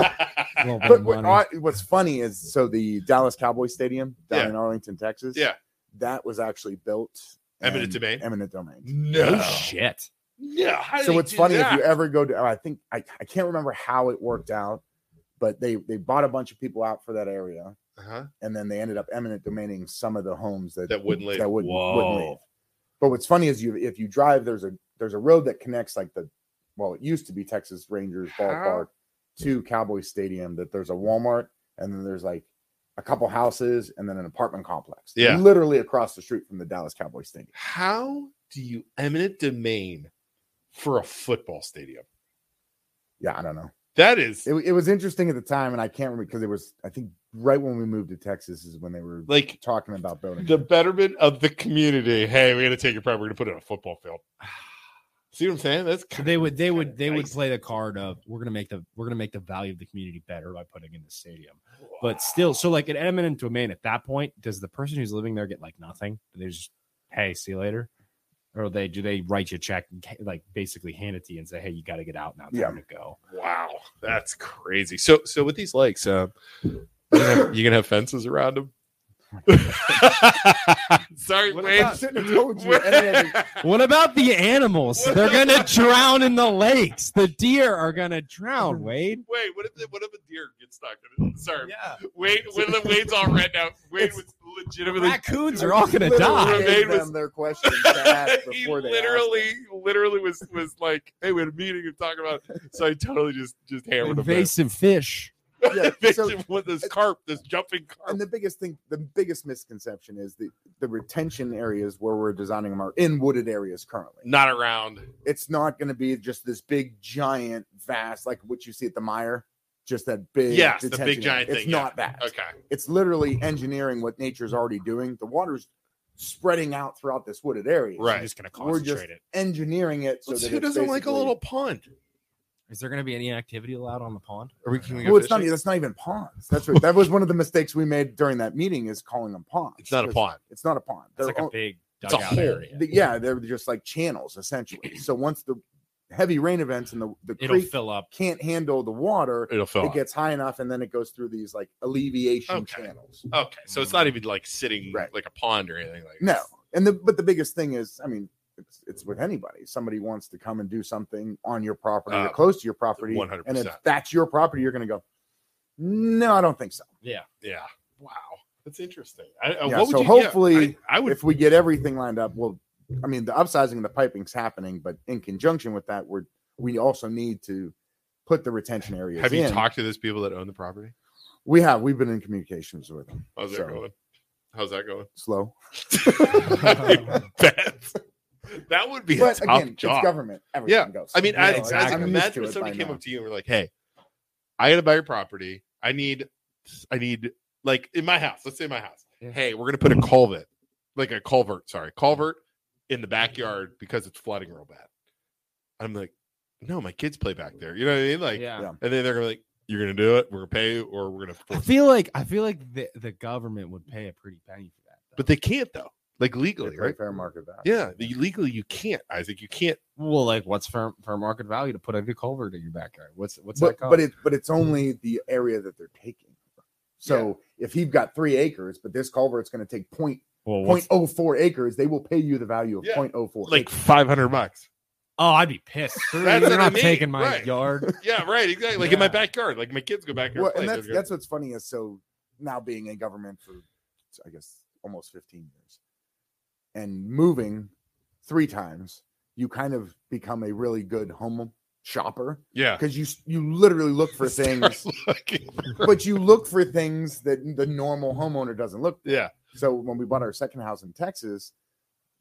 little bit
but
of
what,
money.
I- what's funny is so the dallas cowboy stadium down
Yeah.
in arlington texas
Yeah.
that was actually built
Eminent
in
domain?
eminent domain
no.
oh shit!
Yeah. How do
so
they
what's
do
funny
that?
if you ever go to i think I, I can't remember how it worked out but they they bought a bunch of people out for that area
uh-huh.
and then they ended up eminent domaining some of the homes that
That wouldn't leave.
that wouldn't, wouldn't
Whoa.
leave. But what's funny is you if you drive, there's a there's a road that connects like the well, it used to be Texas Rangers
How?
ballpark to Cowboy Stadium. That there's a Walmart and then there's like a couple houses and then an apartment complex.
Yeah.
literally across the street from the Dallas Cowboy Stadium.
How do you eminent domain for a football stadium?
Yeah, I don't know.
That is
It, it was interesting at the time, and I can't remember because it was I think right when we moved to Texas is when they were
like
talking about building.
the betterment of the community. Hey, we're gonna take your property, we're gonna put it on a football field. [sighs] See what I'm saying? That's
So they would, they would, they would
Nice.
play the card of we're gonna make the we're gonna make the value of the community better by putting in the stadium. But still, so like an eminent domain at that point, does the person who's living there get like nothing? Do they just hey, see you later? Or they do they write you a check and ca- like basically hand it to you and say, Hey, you gotta get out now, time
Yeah.
to go.
wow, that's crazy. So so with these lakes, uh, you're, gonna have, you're gonna have fences around them. [laughs] Sorry,
What
Wayne.
about- [laughs] I told you, and then
What about the animals? They're gonna drown in the lakes. The deer are gonna
[laughs]
drown, Wade.
[laughs] Wait, what if the, what if a deer gets stuck? in it? Sorry, Wayne. When the Wayne's all red
[laughs]
now, Wayne
It's-
was legitimately. [laughs]
[laughs] Raccoons are all gonna
Literally
die.
gave
Remain
them
was-
their questions to ask
[laughs] he
before they asked
literally,
it.
literally was was like, "Hey, we had a meeting and talking about." So I totally just just hammered him. [laughs] there.
Invasive fish.
Yeah, so-
Invasive with this carp, this jumping carp.
and the biggest thing, the biggest misconception is the the retention areas where we're designing them are in wooded areas currently.
Not around.
It's not going to be just this big, giant, vast like what you see at the Mire, just that big.
Yes, the
detention
big giant
area. It's
thing, yeah.
not that.
Okay.
It's literally engineering what nature's already doing. The water's spreading out throughout this wooded area.
Right.
I'm just gonna
We're
concentrate
just-
it.
Engineering it so that
who
it's
doesn't like a
basically-
little pond?
Is there gonna be any activity allowed on the pond?
Are we? Can we go
Well, it's not.
fishing?
That's not even ponds. That's what, that was one of the mistakes we made during that meeting is calling them ponds.
It's not a
'cause
pond.
It's not a pond.
That's
They're
like a
on-
big
It's a
dugout
hole.
area.
the- yeah, they're just like
[clears throat]
channels essentially. So once the heavy rain events and the the
It'll
creek
fill up.
can't handle the water,
It'll fill.
it gets high enough, and then it goes through these like alleviation
Okay.
channels.
up. Okay, so it's not even like sitting
Right.
like a pond or anything like.
No, and the but the biggest thing is, I mean, it's it's with anybody. Somebody wants to come and do something on your property or
Uh,
close to your property, and if
100%.
that's your property, you're going to go. No, I don't think so.
Yeah.
Yeah. Wow. That's interesting. I, uh,
Yeah,
what would
so
you,
hopefully
yeah, I, I would.
if we get everything lined up, well, I mean, the upsizing of the piping's happening, but in conjunction with that, we're we also need to put the retention areas.
have you
in.
talked to those people that own the property?
We have. We've been in communications with them.
How's that
So,
going? How's that
[laughs]
going? [laughs]
Slow.
I bet. That would be
But
a top
again, it's
job.
government. Everything
Yeah.
goes.
I mean,
slow.
I,
Yeah, exactly.
I
I'm used to
imagine if
it
somebody
by
came
now.
up to you and were like, "Hey, I got to buy your property. I need, I need, like in my house. Let's say my house.
Yeah.
Hey, we're gonna put a culvert, like a culvert. Sorry, culvert in the backyard because it's flooding real bad." I'm like, "No, my kids play back there. You know what I mean? Like,
yeah.
Yeah.
and then they're gonna be like, you're gonna do it. We're gonna pay you, or we're gonna
I
force." you."
feel like I feel like the, the government would pay a pretty penny for that. though.
But they can't though, like
They
legally,
pay
right?
Fair market value.
Yeah, the- legally you can't, Isaac. You can't.
well, like what's fair, fair market value to put a new culvert in your backyard? What's what's that
But,
cost?
but it but it's only the area that they're taking. So if you've got three acres, but this culvert's going to take point
well,
point
what's-
oh four acres, they will pay you the value of
Yeah.
point oh four.
Like five hundred bucks.
oh, I'd be [laughs] pissed. You're
That's what I
not
mean,
taking my
right.
yard.
[laughs] Yeah, right. Exactly. Like in my
Yeah.
backyard. Like my kids go back here.
well,
and
and
play.
that's
They're
that's what's funny is so now being in government for I guess almost 15 years and moving three times, you kind of become a really good home shopper
Yeah.
because you s- you literally look
[laughs]
for things, [laughs] but you look for things that the normal homeowner doesn't look.
yeah.
So when we bought our second house in Texas,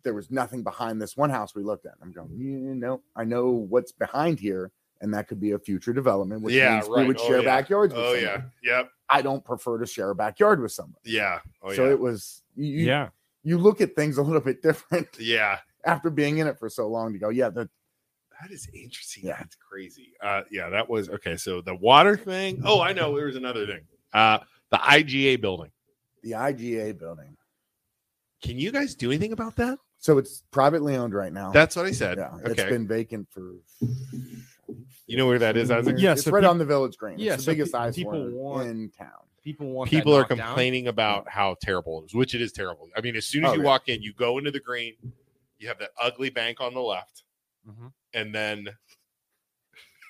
there was nothing behind this one house we looked at. I'm going, you know, I know what's behind here, and that could be a future development, which
Yeah,
means
right.
we would
Oh,
share
yeah.
backyards. With
Oh
somebody.
yeah. Yep.
I don't prefer to share a backyard with somebody.
Yeah. Oh
so
yeah.
it was you, you-
yeah.
you look at things a little bit different
yeah.
[laughs] after being in it for so long to go, yeah, that
That is interesting.
Yeah.
That's crazy. Uh yeah, that was okay. So the water thing. Oh, I know. There was another thing. Uh the IGA building.
the IGA building.
Can you guys do anything about that?
So it's privately owned right now.
That's what I said.
Oh. yeah, it's
okay.
been vacant for
you know where that is, Isaac?
Yeah,
it's
so
right
peop-
on the village green. It's
yeah,
the
so
biggest
pe-
eyesore
people want-
in town.
People want that
people are
knocked down.
complaining about how terrible it is, which it is terrible. I mean, as soon as
Oh,
you
yeah.
walk in, you go into the green, you have that ugly bank on the left,
Mhm.
and then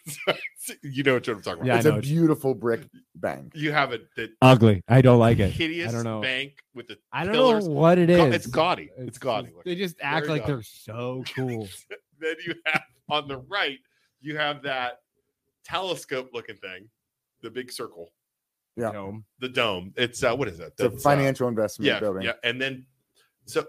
[laughs] you know what I'm talking about.
Yeah, I
it's
know.
a beautiful brick bank.
You have a the
Ugly. I don't like it.
hideous
I don't know.
bank with the
I don't
pillars.
know what it
Ga-
is.
it's gaudy. It's, gaudy.
They just act
Very
like
gaudy.
they're so cool.
[laughs] then you have on the right, you have that telescope looking thing, the big circle,
Yeah.
Dome.
the dome. It's uh, what is that?
It's a
That's, uh,
financial investment
yeah,
building.
yeah, and then so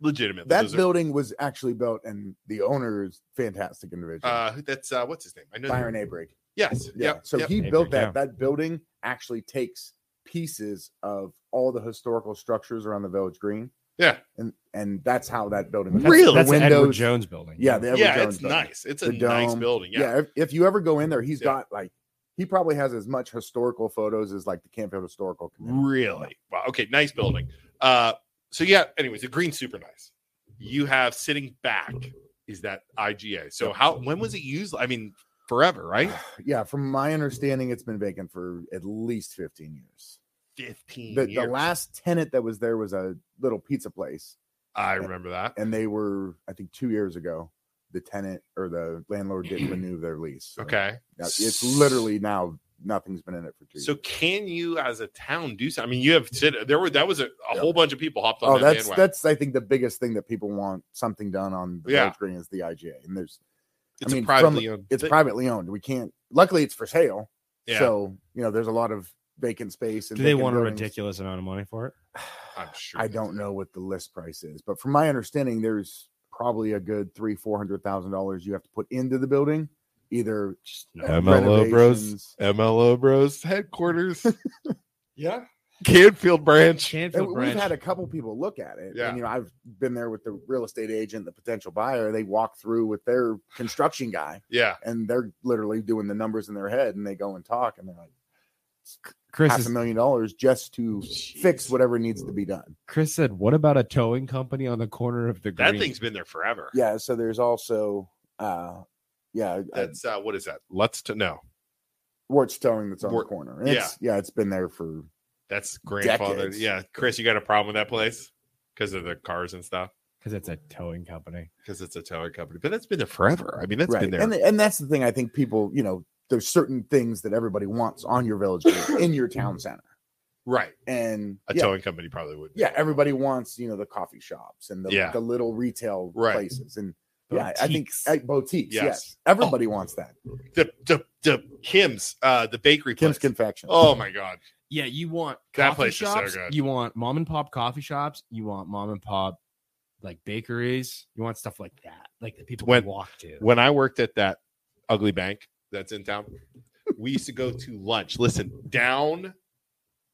legitimately
That
those are-
building was actually built, and the owner is fantastic individual.
Uh, who- that's uh, what's his name? I know.
Byron Abrig.
Yes.
Yeah.
Yep.
So
yep.
he
Hey, Greg,
built that.
yeah.
That building actually takes pieces of all the historical structures around the village green.
Yeah.
And and that's how that building
That's- Really?
The
That's an Edward
windows.
Jones building.
Yeah, the Edward
yeah,
Jones
it's
building.
nice. It's a
The
nice
dome.
building.
Yeah.
Yeah.
if, if you ever go in there, he's
Yeah.
got like he probably has as much historical photos as like the Campfield Historical
Mm.
[sighs] Committee.
Really? Wow. Okay. Nice building. Uh, so yeah. Anyways, the green's super nice. You have sitting back is that IGA. So how? When was it used? I mean, forever, right?
Yeah, from my understanding, it's been vacant for at least 15 years.
15
The, the
years.
last tenant that was there was a little pizza place,
I remember that.
and they were, I think, two years ago. The tenant or the
[clears throat]
landlord didn't renew their lease. So
Okay.
now- it's literally now nothing's been in it for two.
So
years.
can you, as a town, do something? I mean, you have said there were that was a, a
Yeah.
whole bunch of people hopped on
Oh,
that
that's
bandwagon.
that's I think the biggest thing that people want something done on the
Yeah.
yeah. screen is the IGA, and there's
it's
mean,
a
from-
privately owned.
it's
thi-
privately owned. We can't. Luckily, it's for sale.
yeah,
So you know, there's a lot of vacant space. And
Do they
vacant
want a
buildings. [sighs]
ridiculous amount of money for it?
I'm sure.
I
they
don't
do.
know what the list price is, but from my understanding, there's probably a good three four hundred thousand dollars you have to put into the building, either uh,
MLO bros.
renovations-
MLO Bros headquarters,
[laughs]
Yeah.
Canfield branch.
And
Canfield
we've had a couple people look at it.
Yeah.
And, you know, I've been there with the real estate agent, the potential buyer. They walk through with their construction guy,
Yeah,
and they're literally doing the numbers in their head, and they go and talk, and they're like
Chris,
half a
is-
million dollars just to fix whatever needs to be done.
Chris said, "What about a towing company on the corner of the
that
green?
thing's been there forever.
Yeah. So there's also, uh, yeah, uh,
that's uh, what is that? Let's to know.
Warts Towing that's on
Wart-
the corner. And It's, yeah. It's been there for
That's grandfather.
Decades.
Yeah, Chris, you got a problem with that place because of the cars and stuff.
Because it's a towing company.
Because it's a towing company, but that's been there forever. I mean, that's been there.
And, and that's the thing I think people, you know, there's certain things that everybody wants on your village green, in
[clears throat]
your town center.
right,
And
a
yeah,
towing company probably would.
yeah, everybody wants, you know, the coffee shops and the,
Yeah.
the little retail
Right.
places. And yeah, I think
Boutiques.
uh, boutiques.
Yes. Oh.
Yes. Everybody wants that.
the the the Kim's, uh, the bakery place.
Kim's Confection.
Oh my god,
Yeah, you want
That
coffee
place is so
shops,
good.
You want mom and pop coffee shops. You want mom and pop like bakeries. You want stuff like that, like that people
When-
can walk to.
when I worked at that ugly bank that's in town, we used to go to lunch. Listen, down.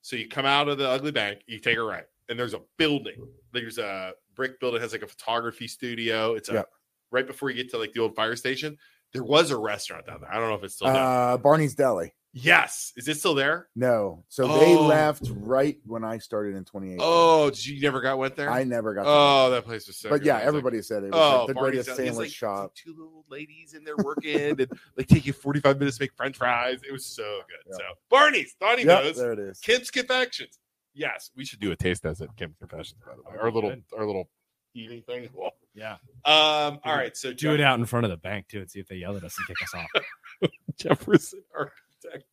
So you come out of the ugly bank, you take a right, and there's a building. There's a brick building that has like a photography studio. It's a
Yep.
right before you get to like the old fire station. There was a restaurant down there. I don't know if it's still there.
uh, Barney's Deli.
yes, is it still there?
No. So they
Oh.
left right when I started in 2018.
Oh, did you you never got went there?
I never got that.
oh, that place was so.
But
good.
yeah,
I was like,
everybody said it was like the
Oh, Barney's
greatest
down- it's
sandwich
like- it's like
shop.
two little old ladies in there working, and they take you forty five minutes to make French fries. It was so good.
Yeah.
So Barney's, Donnie
Yep,
knows.
there it is.
Kim's Confections. Yes, we should do a taste test at Kim's Confections. By the way, our little our little eating thing. [laughs] Um.
yeah,
All right. So
do it out in front of the bank too, and see if they yell at us and kick us off.
Jefferson [laughs] Architect.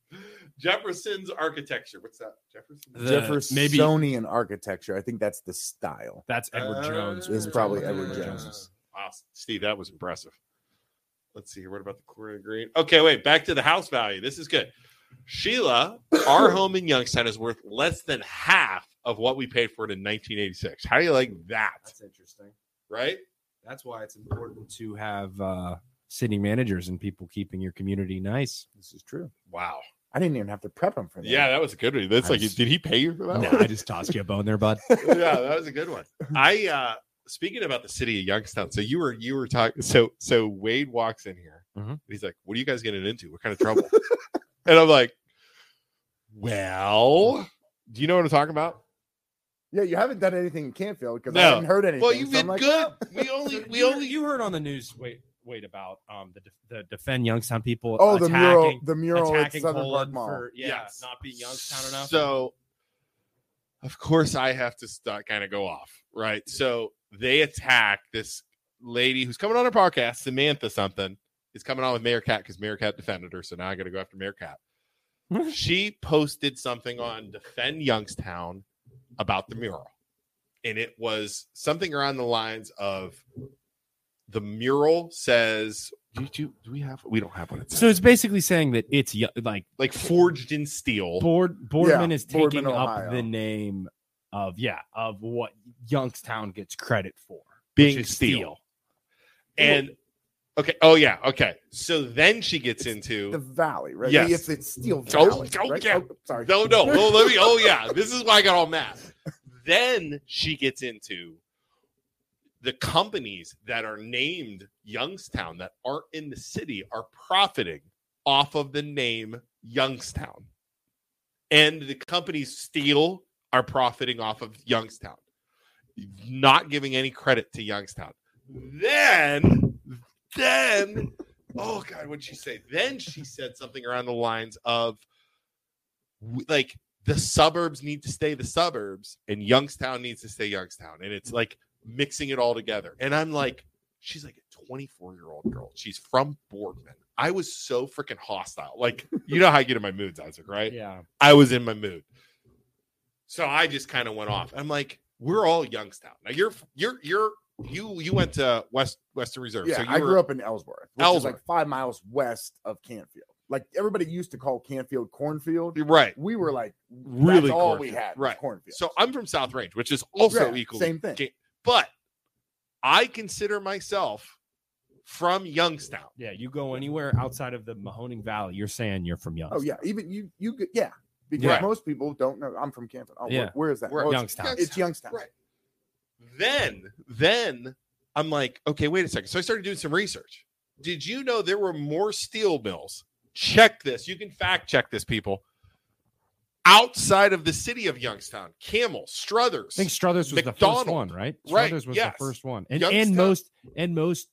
Jefferson's architecture. What's that? Jefferson.
The- maybe-
Jeffersonian architecture. I think that's the style.
That's
Uh,
Edward Jones.
Uh, It's
We're
probably
talking about
Edward Jones.
Wow, Steve, that was impressive. Let's see here. What about the Corey Green? Okay, wait. Back to the house value. This is good. Sheila,
[coughs]
our home in Youngstown is worth less than half of what we paid for it in 1986. How do you like that?
That's interesting.
Right?
That's why it's important to have uh, city managers and people keeping your community nice.
This is true.
Wow.
I didn't even have to prep him for that.
Yeah, that was a good one. That's like,
Nice.
did he pay you for that?
No,
one?
I just tossed you a bone there,
[laughs]
bud.
yeah, that was a good one. I uh speaking about the city of Youngstown. So you were you were talking. So so Wade walks in here.
Mhm.
and he's like, "What are you guys getting into? What kind of trouble?" [laughs] and I'm like, "Well, do you know what I'm talking about?"
Yeah, you haven't done anything in Canfield because I
No.
haven't heard anything.
well, you've
so
been
I'm like,
good. We
[laughs]
only we only
you heard on the news. Wait, wait about um the def- the defend Youngstown people.
Oh, the
attacking,
mural, the mural at
attacking
Southern Park
Poland
Mall.
for yeah
Yes.
not being Youngstown enough.
So, of course, I have to start kind of go off, right? So they attack this lady who's coming on her podcast, Samantha something, is coming on with Mayor Cat because Mayor Cat defended her. So now I got to go after Mayor Cat. she posted something on Defend Youngstown about the mural, and it was something around the lines of the mural says. Do, you- do, do we have? We don't have one. It
[laughs] So
says.
it's basically saying that it's Yo- like
like forged in steel.
Board Boardman
Yeah,
is
Boardman,
taking
Ohio.
up the name of yeah of what Youngstown gets credit for
Being
which is
steel. And okay, oh yeah, okay. So then she gets
the
into
valley, right?
Yes.
It's, it's Steel
Don't-
Valley.
don't
right?
get-
Oh, sorry.
no, no, no. Let
[laughs]
me. Oh yeah, this is why I got all mad. Then she gets into the companies that are named Youngstown that aren't in the city are profiting off of the name Youngstown, and the companies steel are profiting off of Youngstown, not giving any credit to Youngstown. Then, then, oh god, what'd she say? Then she said something around the lines of w- like the suburbs need to stay the suburbs and Youngstown needs to stay Youngstown. And it's like mixing it all together. And I'm like, she's like a 24 year old girl. She's from Boardman. I was so freaking hostile. Like, you know how I get in my moods, Isaac, right?
Yeah.
I was in my mood. So I just kind of went off. I'm like, we're all Youngstown. Now you're you're you're you you went to West Western Reserve.
Yeah,
so you
I
were,
grew up in Ellsworth, which is
Ellsworth.
like five miles west of Canfield. Like everybody used to call Canfield cornfield.
right.
We were like, really,
Really
all
cornfield.
we had, was
Right.
Cornfield.
So I'm from South Range, which is also
Yeah,
equal.
same thing.
Ga- But I consider myself from Youngstown.
Yeah. You go anywhere outside of the Mahoning Valley, you're saying you're from Youngstown.
Oh yeah, even you, you, could- yeah, because
Right.
most people don't know. I'm from Canfield. Oh, where-
Yeah.
where is that?
Where-
Oh, it's,
Youngstown.
it's Youngstown.
Right. Then, then I'm like, okay, wait a second. So I started doing some research. Did you know there were more steel mills? Check this. You can fact check this, people. Outside of the city of Youngstown, Camel, Struthers.
I think Struthers was the
McDonald.
first one, right?
Right,
Struthers was
yes.
the first one, and
Youngstown.
and most and most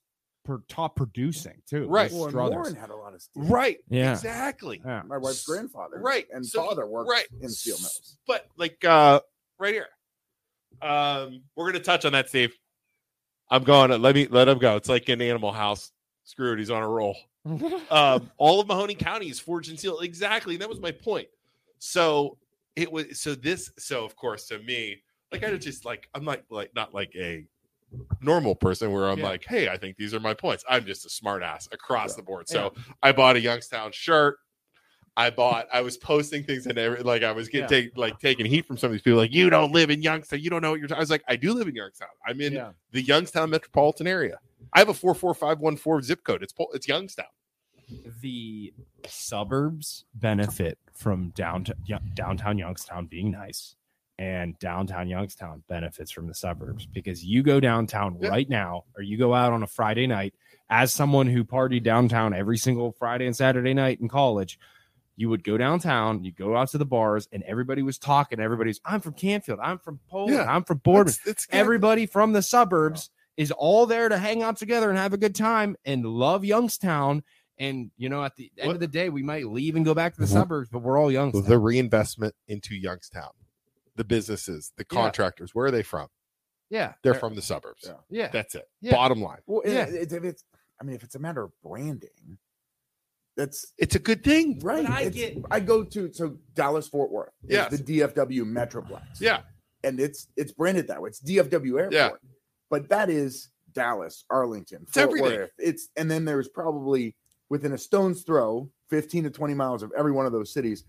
per, top producing too.
Right.
was
Well, and Warren
Struthers.
had a lot of steel.
Right.
Yeah.
Exactly.
Yeah.
My wife's grandfather,
Right.
and
So-
father worked
right.
in steel mills.
But like uh right here. Um we're gonna touch on that, Steve. I'm going to let me let him go. It's like an animal house. Screw it, he's on a roll. Um all of Mahoney County is forged and sealed. Exactly. And that was my point. So it was so this so of course to me, like I just like I'm not like not like a normal person where I'm
Yeah.
like, hey, I think these are my points. I'm just a smart ass across
Yeah.
the board. So I bought a Youngstown shirt. I bought. I was posting things and every like I was getting
Yeah.
take, like taking heat from some of these people. Like you don't live in Youngstown. You don't know what you're. T-. I was like, I do live in Youngstown. I'm in
yeah.
the Youngstown metropolitan area. I have a four four five one four zip code. It's Pol- it's Youngstown.
The suburbs benefit from downtown downtown Youngstown being nice, and downtown Youngstown benefits from the suburbs because you go downtown
Yeah.
right now, or you go out on a Friday night. As someone who partied downtown every single Friday and Saturday night in college, you would go downtown, you go out to the bars, and everybody was talking. Everybody's, I'm from Canfield, I'm from Poland,
Yeah.
I'm from Boardman.
It's, it's
Everybody from the suburbs is all there to hang out together and have a good time and love Youngstown. And you know, at the end
What-
of the day, we might leave and go back to the
Wh-
suburbs, but we're all Youngstown.
the reinvestment into Youngstown, the businesses, the
Yeah.
contractors. Where are they from?
yeah,
They're from the suburbs.
Yeah.
yeah,
That's it.
Yeah.
Bottom line,
Well,
Yeah.
yeah. If it's, I mean, if it's a matter of branding, that's
it's a good thing.
right.
I
It's-
get-
I go to so Dallas Fort Worth, is
Yes.
the DFW Metroplex,
Yeah.
and it's it's branded that way. It's DFW Airport,
Yeah.
but that is Dallas, Arlington,
It's
Fort
everything.
Worth. It's and then there's probably within a stone's throw, fifteen to twenty miles of every one of those cities,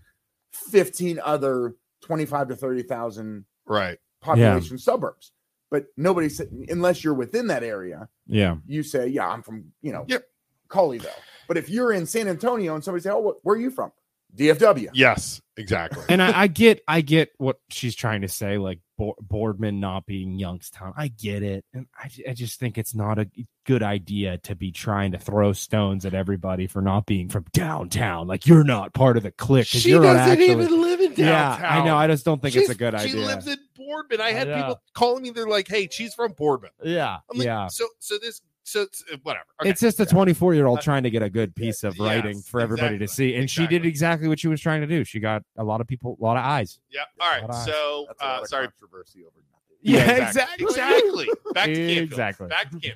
fifteen other twenty-five to thirty thousand
Right.
population suburbs. But nobody said unless you're within that area,
yeah.
you say, yeah, I'm from, you know,
Yep.
Colleyville. But if you're in San Antonio and somebody say, oh, wh- where are you from? DFW.
Yes. [laughs] Exactly.
And I, I get, I get what she's trying to say, like Bo- Boardman not being Youngstown. I get it, and I, ju- I just think it's not a good idea to be trying to throw stones at everybody for not being from downtown. Like you're not part of the clique. 'cause
She
you're not
doesn't
actually-
even live in downtown.
Yeah, I know. I just don't think it's
She's-
a good idea.
She lives in Boardman. I had
Yeah.
people calling me. They're like, "Hey, she's from Boardman."
yeah,
I'm like,
yeah.
So, so this, so it's, uh, whatever. Okay.
It's just a
Yeah.
24 year old
Uh,
trying to get a good piece of
yes,
writing for everybody
exactly,
to see. And she did
exactly.
exactly what she was trying to do. She got a lot of people, a lot of eyes.
yeah. All right.
Hold on.
So,
That's a lot
uh,
of
sorry.
Controversy over nothing.
exactly. Exactly. Back to Canfield.
Exactly.
Back to Canfield.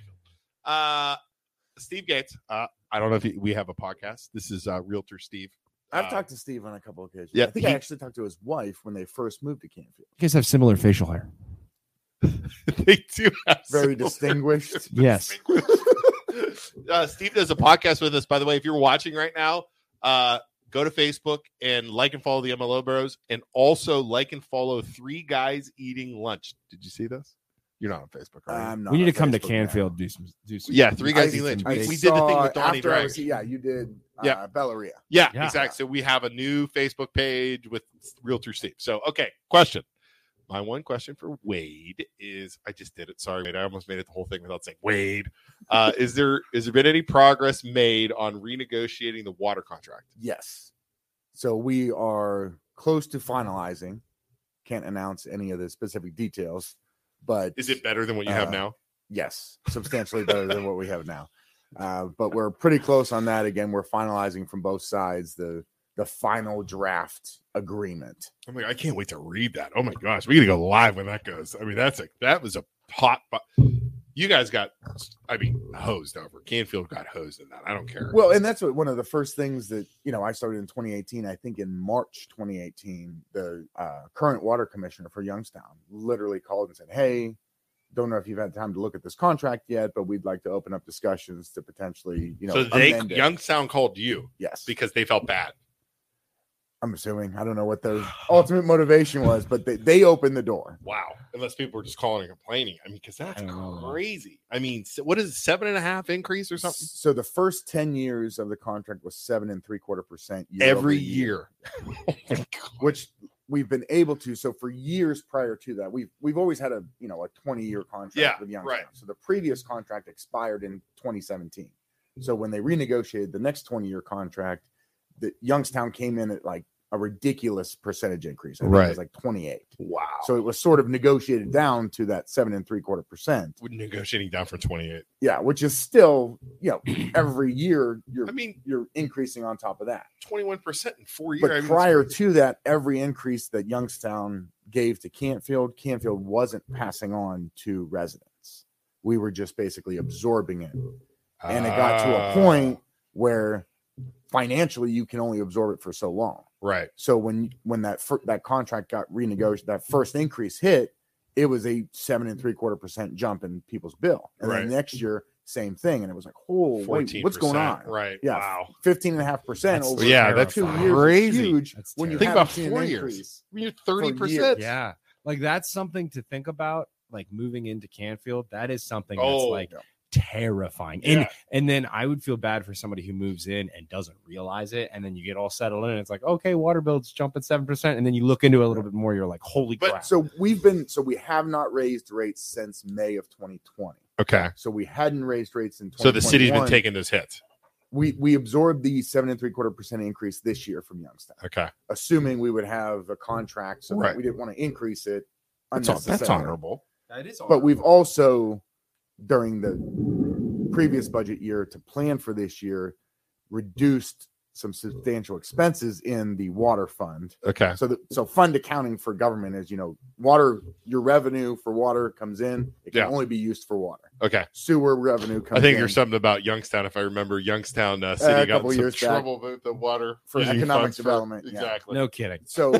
Uh, Steve Gates. Uh, I don't know if you, we have a podcast. This is uh, Realtor Steve. [laughs]
I've
Uh,
talked to Steve on a couple occasions.
yeah,
I think I
he-
actually talked to his wife when they first moved
[laughs]
to Canfield.
You guys have similar facial hair.
they do have some-
Very distinguished.
Yes.
[laughs] uh, Steve does a podcast with us, by the way. If you're watching right now, uh, go to Facebook and like and follow the MLO Bros, and also like and follow Three Guys Eating Lunch. Did you see this? You're not on Facebook, right?
I'm not
we need
on
to come to
Facebook now.
Canfield, do some, do some.
yeah, Three Guys
I-
Eating Lunch.
I
We, we did the thing
saw
with Donnie
after I
Drag.
was- Yeah, you did. Uh,
Yeah.
Belleria.
Yeah,
Yeah.
exactly. So we have a new Facebook page with Realtor Steve. So, okay, question. My one question for Wade is I just did it. Sorry, Wade. I almost made it the whole thing without saying Wade. Uh, is there is there been any progress made on renegotiating the water contract?
Yes. So we are close to finalizing. Can't announce any of the specific details, but
Is it better than what you have
Uh,
now?
Yes, substantially better than what we
[laughs]
have now. Uh, but we're pretty close on that. Again, we're finalizing from both sides the the final draft agreement.
I'm like, I can't wait to read that. Oh my gosh, we gotta go live when that goes. I mean, that's a that was a hot. bu- You guys got, I mean, hosed over. Canfield got hosed in that. I don't care.
Well, and that's what one of the first things that you know I started in 2018. I think in March 2018, the uh, current water commissioner for Youngstown literally called and said, "Hey, don't know if you've had time to look at this contract yet, but we'd like to open up discussions to potentially, you know,
so they
amend it."
Youngstown called you
yes,
because they felt bad.
I'm assuming I don't know what
[sighs]
their ultimate motivation was, but they, they opened the door.
Wow. Unless people were just calling and complaining. I mean, because that's
I don't know.
crazy. I mean, s- what is it, seven and a half increase or something?
So the first 10 years of the contract was seven and three quarter percent
Every
over
year.
which we've been able to. So for years prior to that, we've we've always had a you know a 20 year contract
Yeah,
with Youngstown.
right.
So the previous contract expired in 2017. So when they renegotiated the next 20 year contract, the Youngstown came in at like a ridiculous percentage increase. I think it
Right.
was like 28.
Wow.
So it was sort of negotiated down to that seven and three quarter percent.
We're negotiating down for 28.
Yeah, which is still
[clears throat]
you know every year you're
I mean,
you're increasing on top of that.
21% in four years.
But
I mean,
prior to that, every increase that Youngstown gave to Canfield, Canfield wasn't passing on to residents. We were just basically absorbing it. And it got to a
Ah,
point where financially you can only absorb it for so long.
Right.
So when when that fir- that contract got renegotiated, that first increase hit, it was a seven and three quarter percent jump in people's bill. And
Right.
then next year, same thing. And it was like, oh, wait,
14%.
what's going on?
Right.
Yeah.
Wow.
15 and a half percent
That's
over
Yeah, that's
two
terrifying.
years is
crazy.
huge
That's
when you
Think
haven't
about
seen an
four years.
increase.
You're
years.
30%.
yeah like that's something to think about like moving into canfield that is something
Oh,
that's like
yeah.
terrifying
Yeah.
and and then i would feel bad for somebody who moves in and doesn't realize it and then you get all settled in and it's like okay water bill's jumping 7% and then you look into it a little bit more you're like holy
But-
crap
So we've been so we have not raised rates since May of 2020.
Okay.
So we hadn't raised rates in
So the city's been
2021.
taking those hits.
We we absorbed the seven and three quarter percent increase this year from Youngstown,
Okay.
assuming we would have a contract, so
Right.
that we didn't want to increase it.
That's, hon- that's
unnecessarily.
honorable.
that is
But we've also, during the previous budget year to plan for this year, reduced some substantial expenses in the water fund.
Okay.
So, the, so fund accounting for government is, you know, water. Your revenue for water comes in; it can
Yeah.
only be used for water.
Okay.
Sewer revenue comes.
I think
in
there's something about Youngstown. If I remember, Youngstown uh, City
a
got
couple
in some
years back
trouble with the water
for
using
economic
funds for-
development, yeah.
Exactly.
no kidding
[laughs]
So,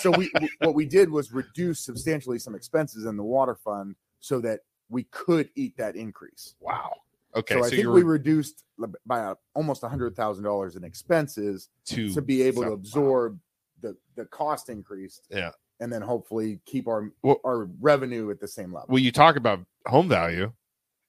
so we what we did was reduce substantially some expenses in the water fund so that we could eat that increase.
Wow. Okay.
so,
So,
I think
you're
we reduced li- by uh, almost a hundred thousand dollars in expenses
two.
to be able
so-
to absorb the the cost increase.
Yeah.
and then hopefully keep our
Well-
our revenue at the same level.
Well, you talk about home value.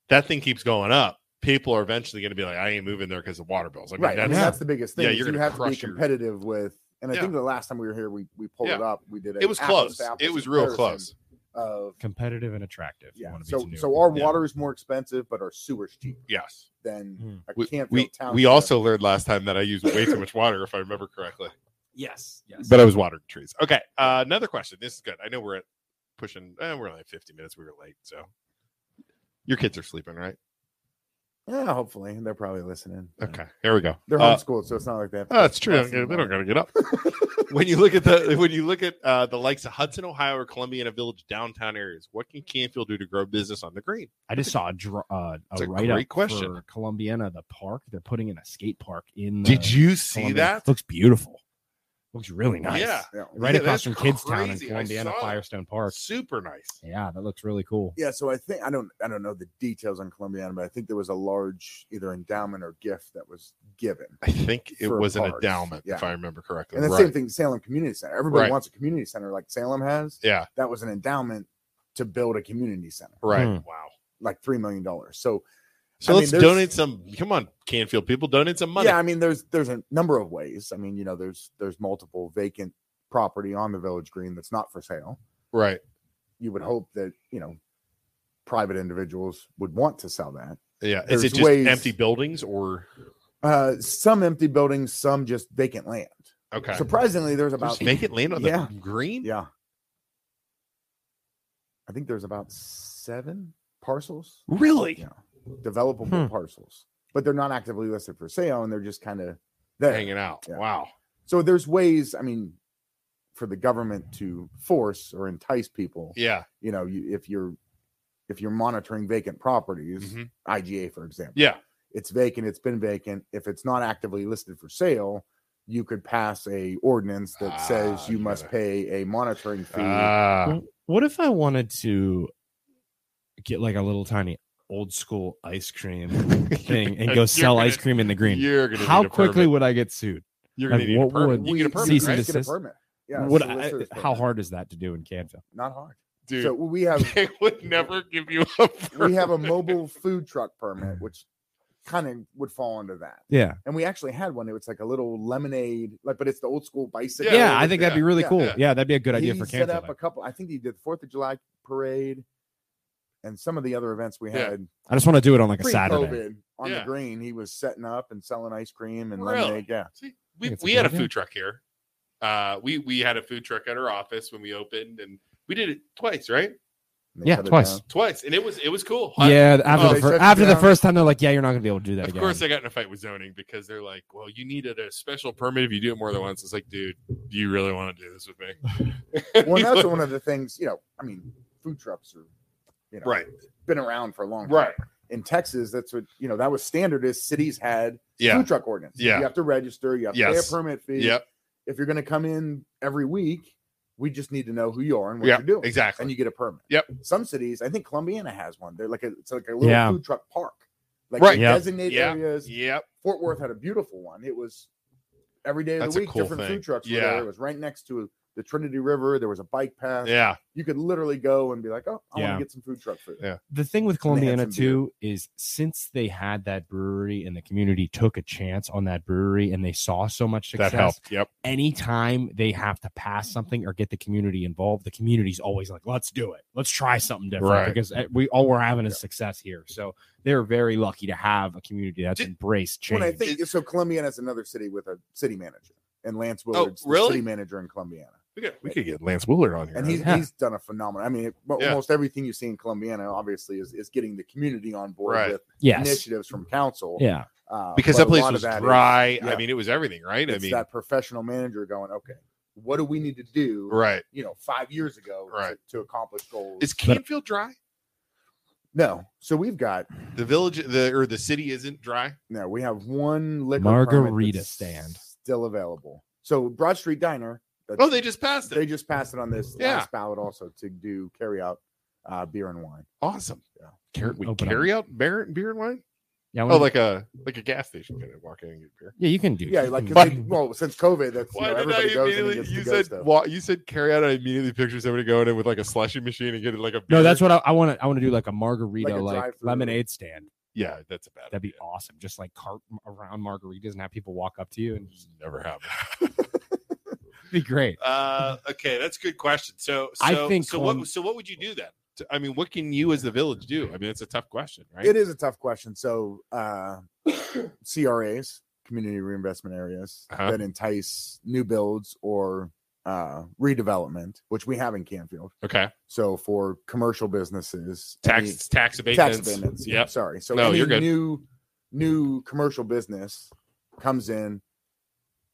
That thing keeps going up. People are eventually going to be like, I ain't moving there because of water bills. I mean,
right. I
That's,
mean, that's the biggest thing.
Yeah,
is
you're
you
gonna
have to be
crush your-
competitive with. And I
Yeah.
think the last time we were here, we we pulled it
Yeah.
up. We did. A
it was
apples
close.
to apples
It was real
comparison
close.
Of
competitive and attractive You
yeah.
wanna be
So
the new-
so our
yeah.
water is more expensive, but our sewer's cheaper
Yes.
Hmm.
than a
We,
Canfield
we,
town.
we also learned last time that I used way too much water, if I remember correctly.
yes yes
But uh, I was watering trees. Okay. Uh, another question. This is good. I know we're at pushing, eh, we're only at 50 minutes. We were late. So your kids are sleeping, right?
yeah. Hopefully, they're probably listening.
Okay. Here we go.
They're
Uh,
homeschooled, so it's not like they have.
Oh, that's true. They
Less
don't,
than
they don't gotta get
[laughs]
up. when you look at the when you look at uh, the likes of Hudson, Ohio, or Columbia, and a village downtown areas, what can Canfield do to grow business on the green?
I just saw a, dr- uh,
It's
a,
a
write up
great question.
for Columbiana, the park. They're putting in a skate park in. the
Did you see
Columbia.
that?
Looks beautiful. Looks really nice.
Yeah.
Yeah.
Right
Yeah, that's
across from Kidstown in
crazy. I
Columbiana,
saw that.
Firestone Park.
Super nice.
Yeah, that looks really cool.
Yeah, so I think I don't I don't know the details on Columbiana, but I think there was a large either endowment or gift that was given.
I think it
For
was an
parks,
endowment, if
yeah.
I remember correctly.
And the
right.
same thing, Salem Community Center. Everybody
Right.
wants a community center like Salem has.
Yeah.
That was an endowment to build a community center,
Right.
Hmm.
Wow.
like three million dollars. So
So
I mean,
let's
there's-
donate some. Come on, Canfield people, donate some money.
yeah, I mean, there's there's a number of ways. I mean, you know, there's there's multiple vacant property on the Village Green that's not for sale.
Right.
You would hope that you know private individuals would want to sell that.
Yeah.
There's
Is it just
ways-
empty buildings or
Uh, some empty buildings, some just vacant land.
okay?
Surprisingly, there's
There's
about
vacant land on the
Yeah.
green.
Yeah. I think there's about seven parcels.
Really?
Yeah.
Hmm.
Developable parcels. But they're not actively listed for sale and they're just kind of there.
Hanging out.
Yeah.
Wow.
So there's ways, I mean, for the government to force or entice people.
Yeah.
You know, you, if you're if you're monitoring vacant properties,
Mhm.
IGA for example,
Yeah.
it's vacant, it's been vacant. If it's not actively listed for sale, you could pass a ordinance that
Ah,
says you must
yeah.
pay a monitoring fee.
Ah.
What if I wanted to get like a little tiny old school
[laughs]
ice cream thing and go
You're
sell
gonna-
ice cream in the green?
You're gonna
How
need a
quickly
permit.
would I get sued?
you're gonna
like,
need a
what
permit.
would-
You get a
You
permit,
cease and
right?
guys get a
desist?
permit. Yeah,
Would I- eh,
solicitor's
how
permit.
hard is that to do in Canfield?
Not hard.
Dude,
So we have
[laughs] they would never give you a permit.
[laughs] we
[laughs]
have a mobile food truck permit, which kind of would fall under that.
Yeah,
And we actually had one. It was like a little lemonade, like, but it's the old school bicycle.
Yeah,
yeah.
yeah,
I think that'd be really
yeah,
cool.
yeah.
Yeah. that'd be a good idea
he
for
set
Canfield.
up a couple. I think he did the Fourth of July parade, and some of the other events we
Yeah.
had
I just want to do it on like a Saturday.
pre-COVID on
Yeah.
the green. He was setting up and selling ice cream and
Really?
lemonade. Yeah,
See, we,
it's a
we
good
had a
idea.
food truck here. Uh, we we had a food truck at our office when we opened, and we did it twice, right?
And they
Yeah,
shut it
twice.
down.
Twice, and it was it was cool. I-
Yeah, after,
Oh,
they
the, fir-
shut you
after the
down?
first time, they're like, "Yeah, you're not gonna be able to do that
of
again."
course, I got in a fight with zoning because they're like, "Well, you needed a special permit if you do it more than once." It's like, dude, do you really want to do this with me?
[laughs] Well,
[laughs]
that's one of the things. You know, I mean, food trucks are, you know,
right,
been around for a long time.
right,
In Texas, that's what you know. That was standard. Is cities had
yeah,
food truck ordinance.
Yeah.
You have to register, you have to
Yes.
pay a permit fee.
yep,
If you're gonna come in every week, we just need to know who you are and what
yeah,
you're doing.
exactly.
And you get a permit.
Yep.
Some cities, I think Columbiana has one. They're like a it's like a little
Yeah.
food truck park. Like
Right.
they
Yep.
designated
Yeah.
areas.
yep,
Fort Worth had a beautiful one. It was every day of
That's a
the week,
cool
different
thing.
food trucks were
Yeah.
there. It was right next to the Trinity River. There was a bike path.
yeah,
You could literally go and be like, Oh, I want
Yeah.
to get some food truck food.
Yeah.
the thing with
And they had
Columbiana
some beer.
too is since they had that brewery and the community took a chance on that brewery and they saw so much success.
that helped. Yep,
Anytime they have to pass something or get the community involved, the community's always like, "Let's do it. Let's try something different."
Right.
Because eh, we all we're having is success here, so they're very lucky to have a community that's
Did-
embraced change.
When I think so, Columbiana is another city with a city manager, and Lance Willard's
Oh, really?
the city manager in Columbiana.
we could we could get Lance Willard on here,
and
right?
he's,
Uh, Yeah.
he's done a phenomenal. I mean, it, well,
Yeah.
almost everything you see in Columbiana, obviously, is, is getting the community on board
Right.
with
yes,
initiatives from council.
yeah,
uh,
because that
but a
place
lot of
was
that is-
dry. I
yeah.
mean, it was everything, right? I
it's
mean,
that professional manager going, okay, what do we need to do?
right?
You know, five years ago, to-
Right.
to, accomplish goals.
Is Canfield dry?
no, so we've got
The village, the or the city isn't dry.
no, we have one liquor permit
Margarita
that's
stand.
still available. So Broad Street Diner. that's-
Oh, they just passed it.
they just passed it on this
Yeah.
last ballot also to do carry out uh, beer and wine.
awesome.
Yeah.
Car- we
Open
carry out beer, beer and wine.
yeah.
Oh,
when-
like a like a gas station kind of walk in and get beer.
yeah, you can do.
Yeah, like
[laughs]
'cause
Why-
they- well, since COVID, that's you know, everybody goes in and gets
You
to go
said
stuff.
wa- you said carry out. I immediately picture somebody going in with like a slushy machine and getting like a. Beer.
no, that's what I, I want to. I want to do like a margarita,
Like a
like
drive-thru.
lemonade stand.
Yeah, that's a bad.
That'd be
idea.
awesome. Just like cart around margaritas and have people walk up to you and just
never happen.
be great.
uh, okay, that's a good question. So,
[laughs] I so- think so what- Colum-
so what would you do then? I mean, what can you as the village do? I mean, it's a tough question, right?
It is a tough question. So uh, CRAs, community reinvestment areas
Uh-huh.
that entice new builds or uh, redevelopment, which we have in Canfield.
Okay,
So for commercial businesses, any-
tax tax abatements.
tax abatements. Yeah,
Yep.
sorry. So
No,
any
you're good.
new new commercial business comes in,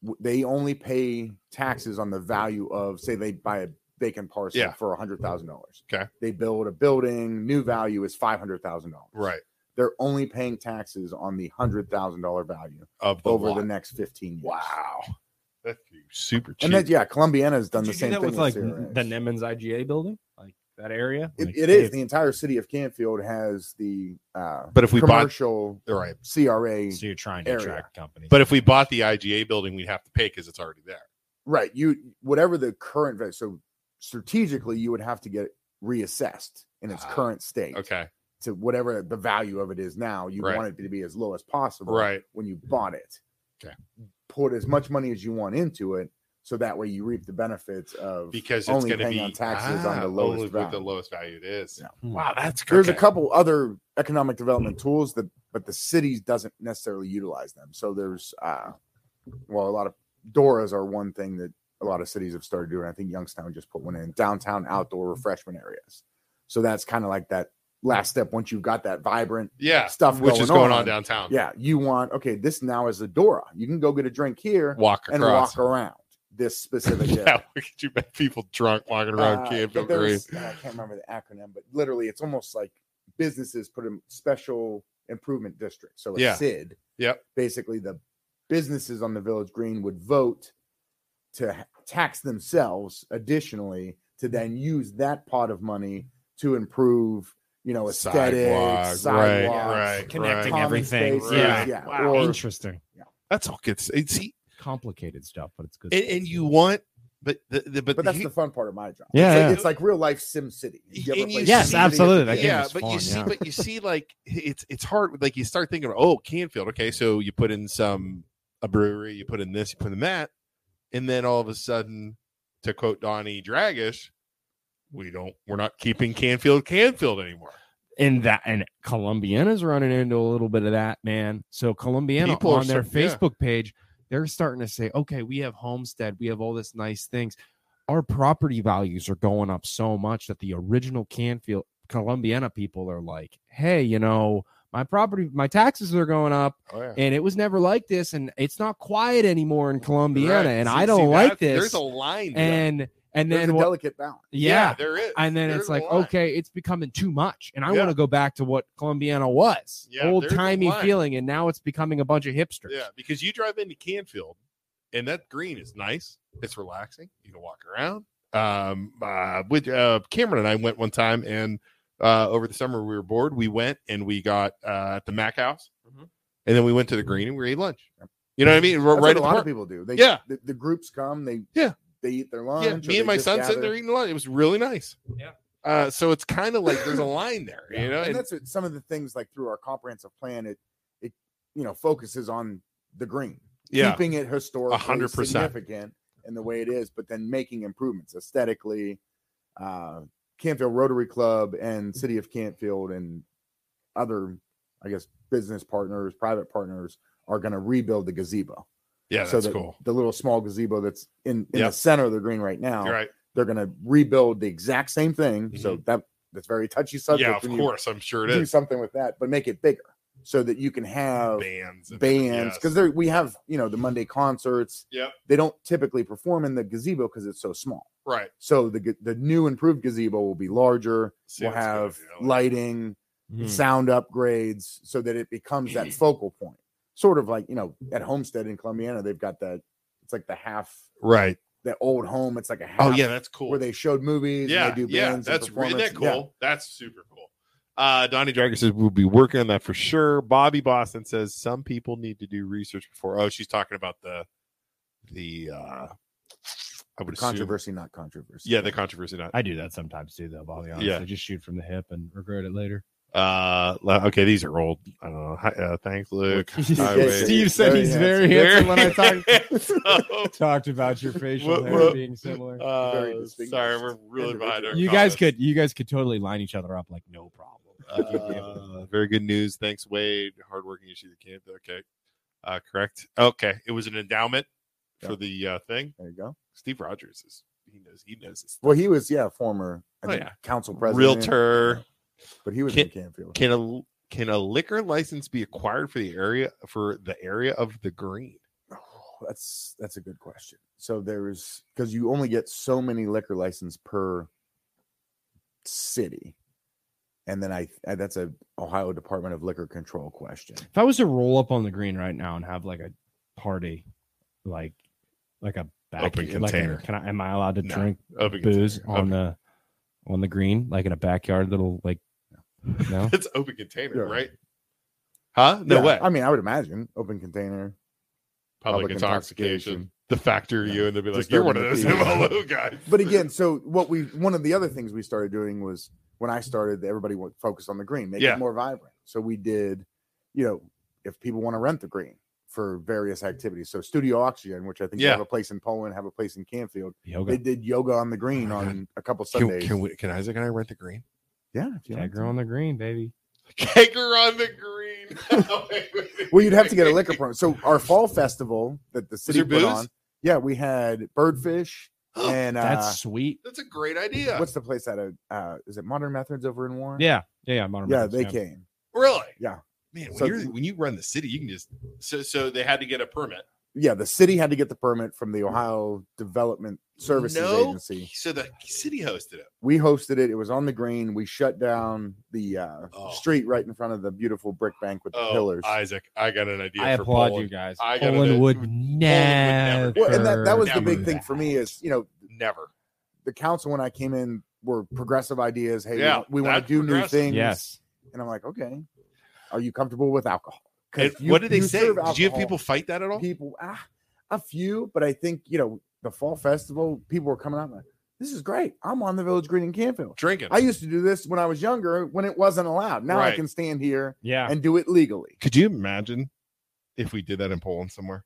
w- they only pay taxes on the value of say they buy a vacant parcel
Yeah.
for a hundred thousand dollars.
Okay.
They build a building, new value is five hundred thousand dollars.
Right.
They're only paying taxes on the hundred thousand dollar value
Of the
over
lot.
the next fifteen years.
Wow. That's super cheap.
And that yeah, Columbiana has done
Did you
the
do
same
that
thing
with like
CRAs.
the Nemens IGA building, like that area.
It-
Like,
it is
hey,
the entire city of Canfield has the uh,
but if we bought
commercial
all right,
CRA
so you're trying to
area.
attract companies,
but if we bought the IGA building, we'd have to pay because it's already there.
Right. You whatever the current value. So strategically, you would have to get it reassessed in its
Ah,
current state
Okay.
to whatever the value of it is now. You
Right.
want it to be as low as possible
Right.
when you bought it.
Okay.
Put as much money as you want into it, so that way you reap the benefits of.
Because it's
Only
going to
paying
be
on taxes on the
Ah,
lowest
only with
value.
the lowest value it is.
Yeah.
Hmm.
Wow, that's
There's
okay.
a couple other economic development tools that, but the cities doesn't necessarily utilize them. So there's, uh, well, a lot of DORAs are one thing that a lot of cities have started doing. I think Youngstown just put one in downtown outdoor
Mm-hmm.
refreshment areas. So that's kind of like that last step. Once you've got that vibrant
yeah,
stuff
which
going
is going on,
on.
downtown.
yeah, you want okay. This now is a Dora. You can go get a drink here
walk
and
across.
walk around. this
[laughs]
specific
Yeah,
area.
look at you, bad people drunk walking around
Uh,
Camden
but there
Green.
was- I can't remember the acronym, but literally, it's almost like businesses put in special improvement districts. So a
Yeah.
SID.
Yep.
Basically, the businesses on the village green would vote to ha- tax themselves additionally to then use that pot of money to improve, you know,
Sidewalk,
aesthetics,
right,
sidewalks,
right,
Connecting
right.
common
everything.
spaces,
Yeah.
Wow.
or-
Interesting,
That's all good. And See,
complicated stuff, but it's good.
and,
stuff.
and you want, but the, the but,
but that's
he-
the fun part of my job.
Yeah,
it's,
yeah.
Like, it's like real life Sim City. You ever
And you
play
Yes,
Sim City as a
absolutely. That
kid?
game
yeah,
is
but you
fun,
see,
yeah.
but you see, like it's it's hard. Like you start thinking, oh, Canfield. Okay, so you put in some a brewery, you put in this, you put in that, and then all of a sudden, to quote Donnie Dragish, we don't, we're not keeping Canfield Canfield anymore.
and that and Columbiana's running into a little bit of that, man. So Columbiana
People are
on their
start- yeah.
Facebook page, they're starting to say, okay, we have homestead, we have all this nice things. Our property values are going up so much that the original Canfield Columbiana people are like, hey, you know, my property, my taxes are going up,
Oh yeah.
and it was never like this, and it's not quiet anymore in Columbiana,
Right.
and
See-
I don't
see,
like
that- There's
this.
a line, to that.
and and
There's
then
a
what?
delicate balance.
yeah
there is.
and then
There's
it's
a
like
line.
okay it's becoming too much and i
Yeah.
want to go back to what columbiana was
Yeah,
old
there's a
timey
line.
feeling and now it's becoming a bunch of hipsters
Yeah, because you drive into Canfield, and that green is nice. It's relaxing. You can walk around. Um, uh, with uh, Cameron and I went one time, and uh, over the summer we were bored. We went and we got uh, at the Mac House,
Mhm.
and then we went to the green and we ate lunch. You know what I mean?
Mm-hmm. That's
right
what a
at the
lot of
park.
people do. They,
Yeah.
the, the groups come. They
Yeah.
they eat their lunch.
Yeah,
or
me
they
and my
just
son sitting
gather.
there eating lunch. It was really nice.
Yeah.
Uh, so it's kind of like there's a line there, you know.
and,
And-
that's what, some of the things like through our comprehensive plan. It it you know focuses on the green,
yeah,
keeping it historically
100%.
significant in the way it is, but then making improvements aesthetically. Uh, Canfield Rotary Club and City of Canfield and other, I guess, business partners, private partners are going to rebuild the gazebo.
yeah,
so
that's
that
cool.
the little small gazebo that's in, in
Yeah.
the center of the green right now.
You're right.
they're going to rebuild the exact same thing. So that that's very touchy subject.
Mm-hmm. Yeah, of
when you
course. I'm sure it
do
is.
something with that, but make it bigger so that you can have
Bands, and-
bands
yes.
because we have you know the Monday concerts.
Yep.
They don't typically perform in the gazebo because it's so small.
right.
So the ga- the new improved gazebo will be larger.
See,
we'll
that's a good
have
idea. I like
lighting,
Hmm.
Mhm.
sound upgrades, so that it
[clears throat]
becomes that focal point. Sort of like you know at Homestead in Columbiana, they've got that. It's like the half
Right.
that old home. It's like a half
Oh yeah, that's cool.
where they showed movies.
yeah,
and they do
yeah,
bands
that's
and
isn't that
performances.
cool?
Yeah.
That's super cool. Uh, Donnie Dragon says we'll be working on that for sure. Bobby Boston says some people need to do research before. Oh, she's talking about the the uh, I would assume,
Controversy, not controversy.
yeah, the controversy not.
i do that sometimes too though bobby honestly
Yeah.
just shoot from the hip and regret it later
Uh, la- okay, these are old. I don't know. Hi, uh, thanks,
[laughs]
Luke.
Highway.
steve said
Very
he's
handsome.
very [laughs] handsome when
[laughs]
i talked
So,
talked about your facial
What-
hair
what-
being similar
uh,
[laughs] Very distinguished
sorry, we're really behind. Our
you guys
comments.
could you guys could totally line each other up like no problem
Uh, very good news. Thanks, Wade. Hardworking issue that can't. Okay. Uh, correct. Okay. It was an endowment for
Yeah.
the uh, thing.
There you go.
Steve Rogers is he knows he knows this.
Well, he was, yeah, former I
Oh,
think,
yeah.
council president.
Realtor.
But he was
Can-
in Canfield.
Can a can a liquor license be acquired for the area for the area of the green?
Oh, that's that's a good question. So there's because you only get so many liquor license per city. And then I, I that's a Ohio Department of Liquor Control question.
if I was to roll up on the green right now and have like a party, like like a back,
Open
like a-
container.
can I? Am I allowed to
No.
drink
Open
booze
container.
on the on the green, like in a backyard little like? [laughs] No,
It's open container,
Yeah.
right? Huh? No
Yeah,
way.
I mean, I would imagine open container.
public,
public
intoxication.
intoxication.
The factor
Yeah.
you and they'll be like,
Just
You're
open
one of
the
those
theater."
[laughs] MLO guys.
But again, so what we one of the other things we started doing was when I started, everybody went focused on the green, make
Yeah.
it more vibrant. So we did, you know, if people want to rent the green for various activities. So Studio Oxygen, which I think they
Yeah.
have a place in Poland, have a place in Canfield. They
yoga
did yoga on the green on a couple
Oh can,
Sundays.
can we can Isaac and I rent the green?
yeah, if you like
tagger
to.
on the green, baby.
Kegger on the
[laughs]
green. [laughs]
well, you'd have to get a liquor permit. So our fall festival that the city
there
put
booze?
on, yeah, we had
[gasps]
birdfish and uh,
That's sweet.
That's a great idea.
what's the place out of? Uh, is it Modern Methods over in Warren?
Yeah, yeah, yeah. Modern
yeah,
Methods,
they came.
really?
Yeah.
Man, when,
So-
you're, when you run the city, you can just so so they had to get a permit.
yeah, the city had to get the permit from
Mm.
the Ohio Development Services
No.
Agency.
So the city hosted it.
We hosted it. It was on the green. We shut down the uh,
Oh.
street right in front of the beautiful brick bank with the
Oh,
pillars.
Isaac, I got an idea.
I
for
applaud
Poland.
you guys.
I got
Poland
it.
would
Poland would never
never.
do
well, and that, that was the
Never
big
do
thing for me is you know
Never.
the council when I came in were progressive ideas. Hey, we
Yeah,
want- we, want
that's
to do new
progressive.
things.
yes.
and I'm like, okay, are you comfortable with alcohol? 'Cause
And
you-
what did they
you
say?
serve
Did you have
alcohol.
people fight that at all?
people ah, a few but i think you know the fall festival people were coming out like this is great i'm on the village green in canfield
Drinking.
i used to do this when i was younger when it wasn't allowed now
Right.
i can stand here
Yeah.
and do it legally
Could you imagine if we did that in Poland somewhere?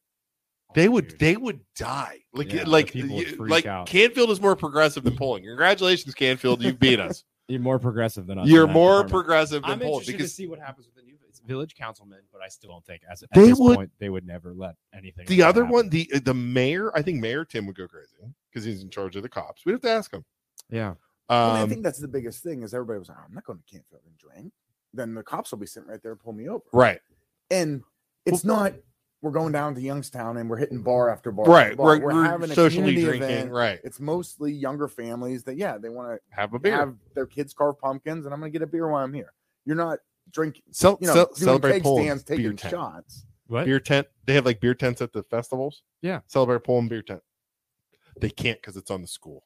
They would. They would die. Like
Yeah, the
like
people would
you-
freak
like
out.
Canfield is more progressive than Poland. Congratulations, Canfield. You beat us.
You're more progressive than us.
You're
in that
more
department.
progressive than
I'm
Poland
interested
because
to see what happens with the new village councilman, but I still don't think as at
They
this
would-
point they would never let anything. like
the
that
other
happen.
one, the the mayor, I think Mayor Tim would go crazy because he's in charge of the cops. We'd have to ask him.
yeah,
Well, i
Um,
think that's the biggest thing is everybody was like i'm not going to canfield and drink then the cops will be sitting right there and pull me over
right,
and it's not we're going down to youngstown and we're hitting bar after bar after
right.
bar.
We're, we're socially
community
drinking.
event.
Right,
it's mostly younger families that yeah they want to
have a beer.
have their kids carve pumpkins, and I'm going to get a beer while I'm here. You're not drinking,
Cel-
you know,
cel-
doing
celebrate
keg
Poland.
stands, taking
beer tent.
shots.
what?
Beer tent. They have like beer tents at the festivals.
Yeah.
Celebrate Poland beer tent. They can't because it's on the school.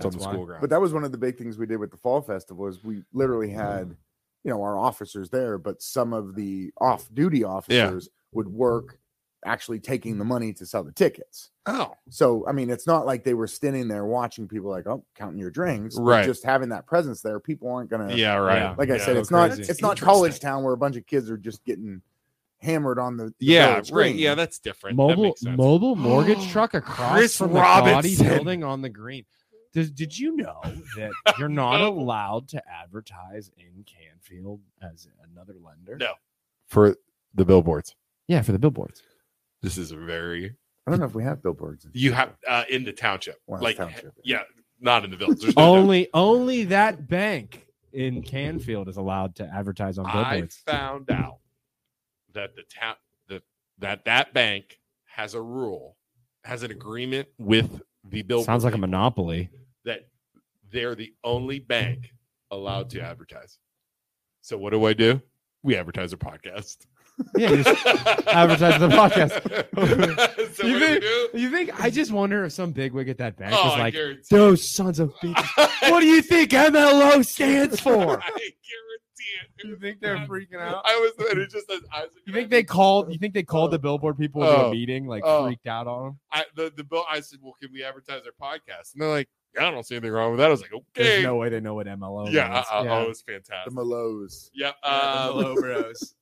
It's on
That's
the
why.
school ground.
But that was one of the big things we did with the fall festival is we literally had, you know, our officers there, but some of the off-duty officers would work actually taking the money to sell the tickets.
oh,
So I mean, it's not like they were standing there watching people like, oh, counting your drinks. but
Right.
Just having that presence there, people aren't going to.
yeah, right.
Yeah.
Like I
Yeah,
said,
go
it's not
crazy.
it's not college town where a bunch of kids are just getting hammered on the, the
Yeah,
village
right.
green.
Yeah, that's different. that
mobile
makes sense.
[gasps] mobile mortgage truck across
Chris
from the Gaudi
Robinson.
building on the green. Did, did you know
[laughs]
that you're not allowed to advertise in Canfield as another lender?
No. for the billboards.
Yeah, for the billboards.
This is a very
I don't know if we have billboards. in-
you have uh, in the township,
Well,
like
township.
yeah, not in the village. There's no doubt.
Only only that bank in Canfield is allowed to advertise on
I
billboards.
found out that the town that that that bank has a rule, has an agreement with the billboard.
Sounds like a
people [laughs]
monopoly.
that they're the only bank allowed to advertise. So what do I do? We advertise a podcast.
Yeah, you just- advertise the
[laughs]
podcast.
so
[laughs] You
what do we
think-
do?
you think? I just wonder if some bigwig at that bank
Oh,
is
I
like,
guarantee.
those sons of bitches. what do you think MLO
[laughs]
stands
I
[laughs] for?
guarantee it.
You think they're freaking out?
I was. And it just says Isaac.
You think they called? You think they called the billboard people into
Oh.
a meeting, like
Oh.
freaked out on them?
I, the the bill? I said, well, can we advertise our podcast? And they're like, I don't see anything wrong with that. I was like, okay,
There's no way they know what MLO.
yeah,
means.
uh, uh,
yeah.
oh, it was
The
fantastic.
Malos.
yeah,
Yeah,
um, [laughs]
MLO bros.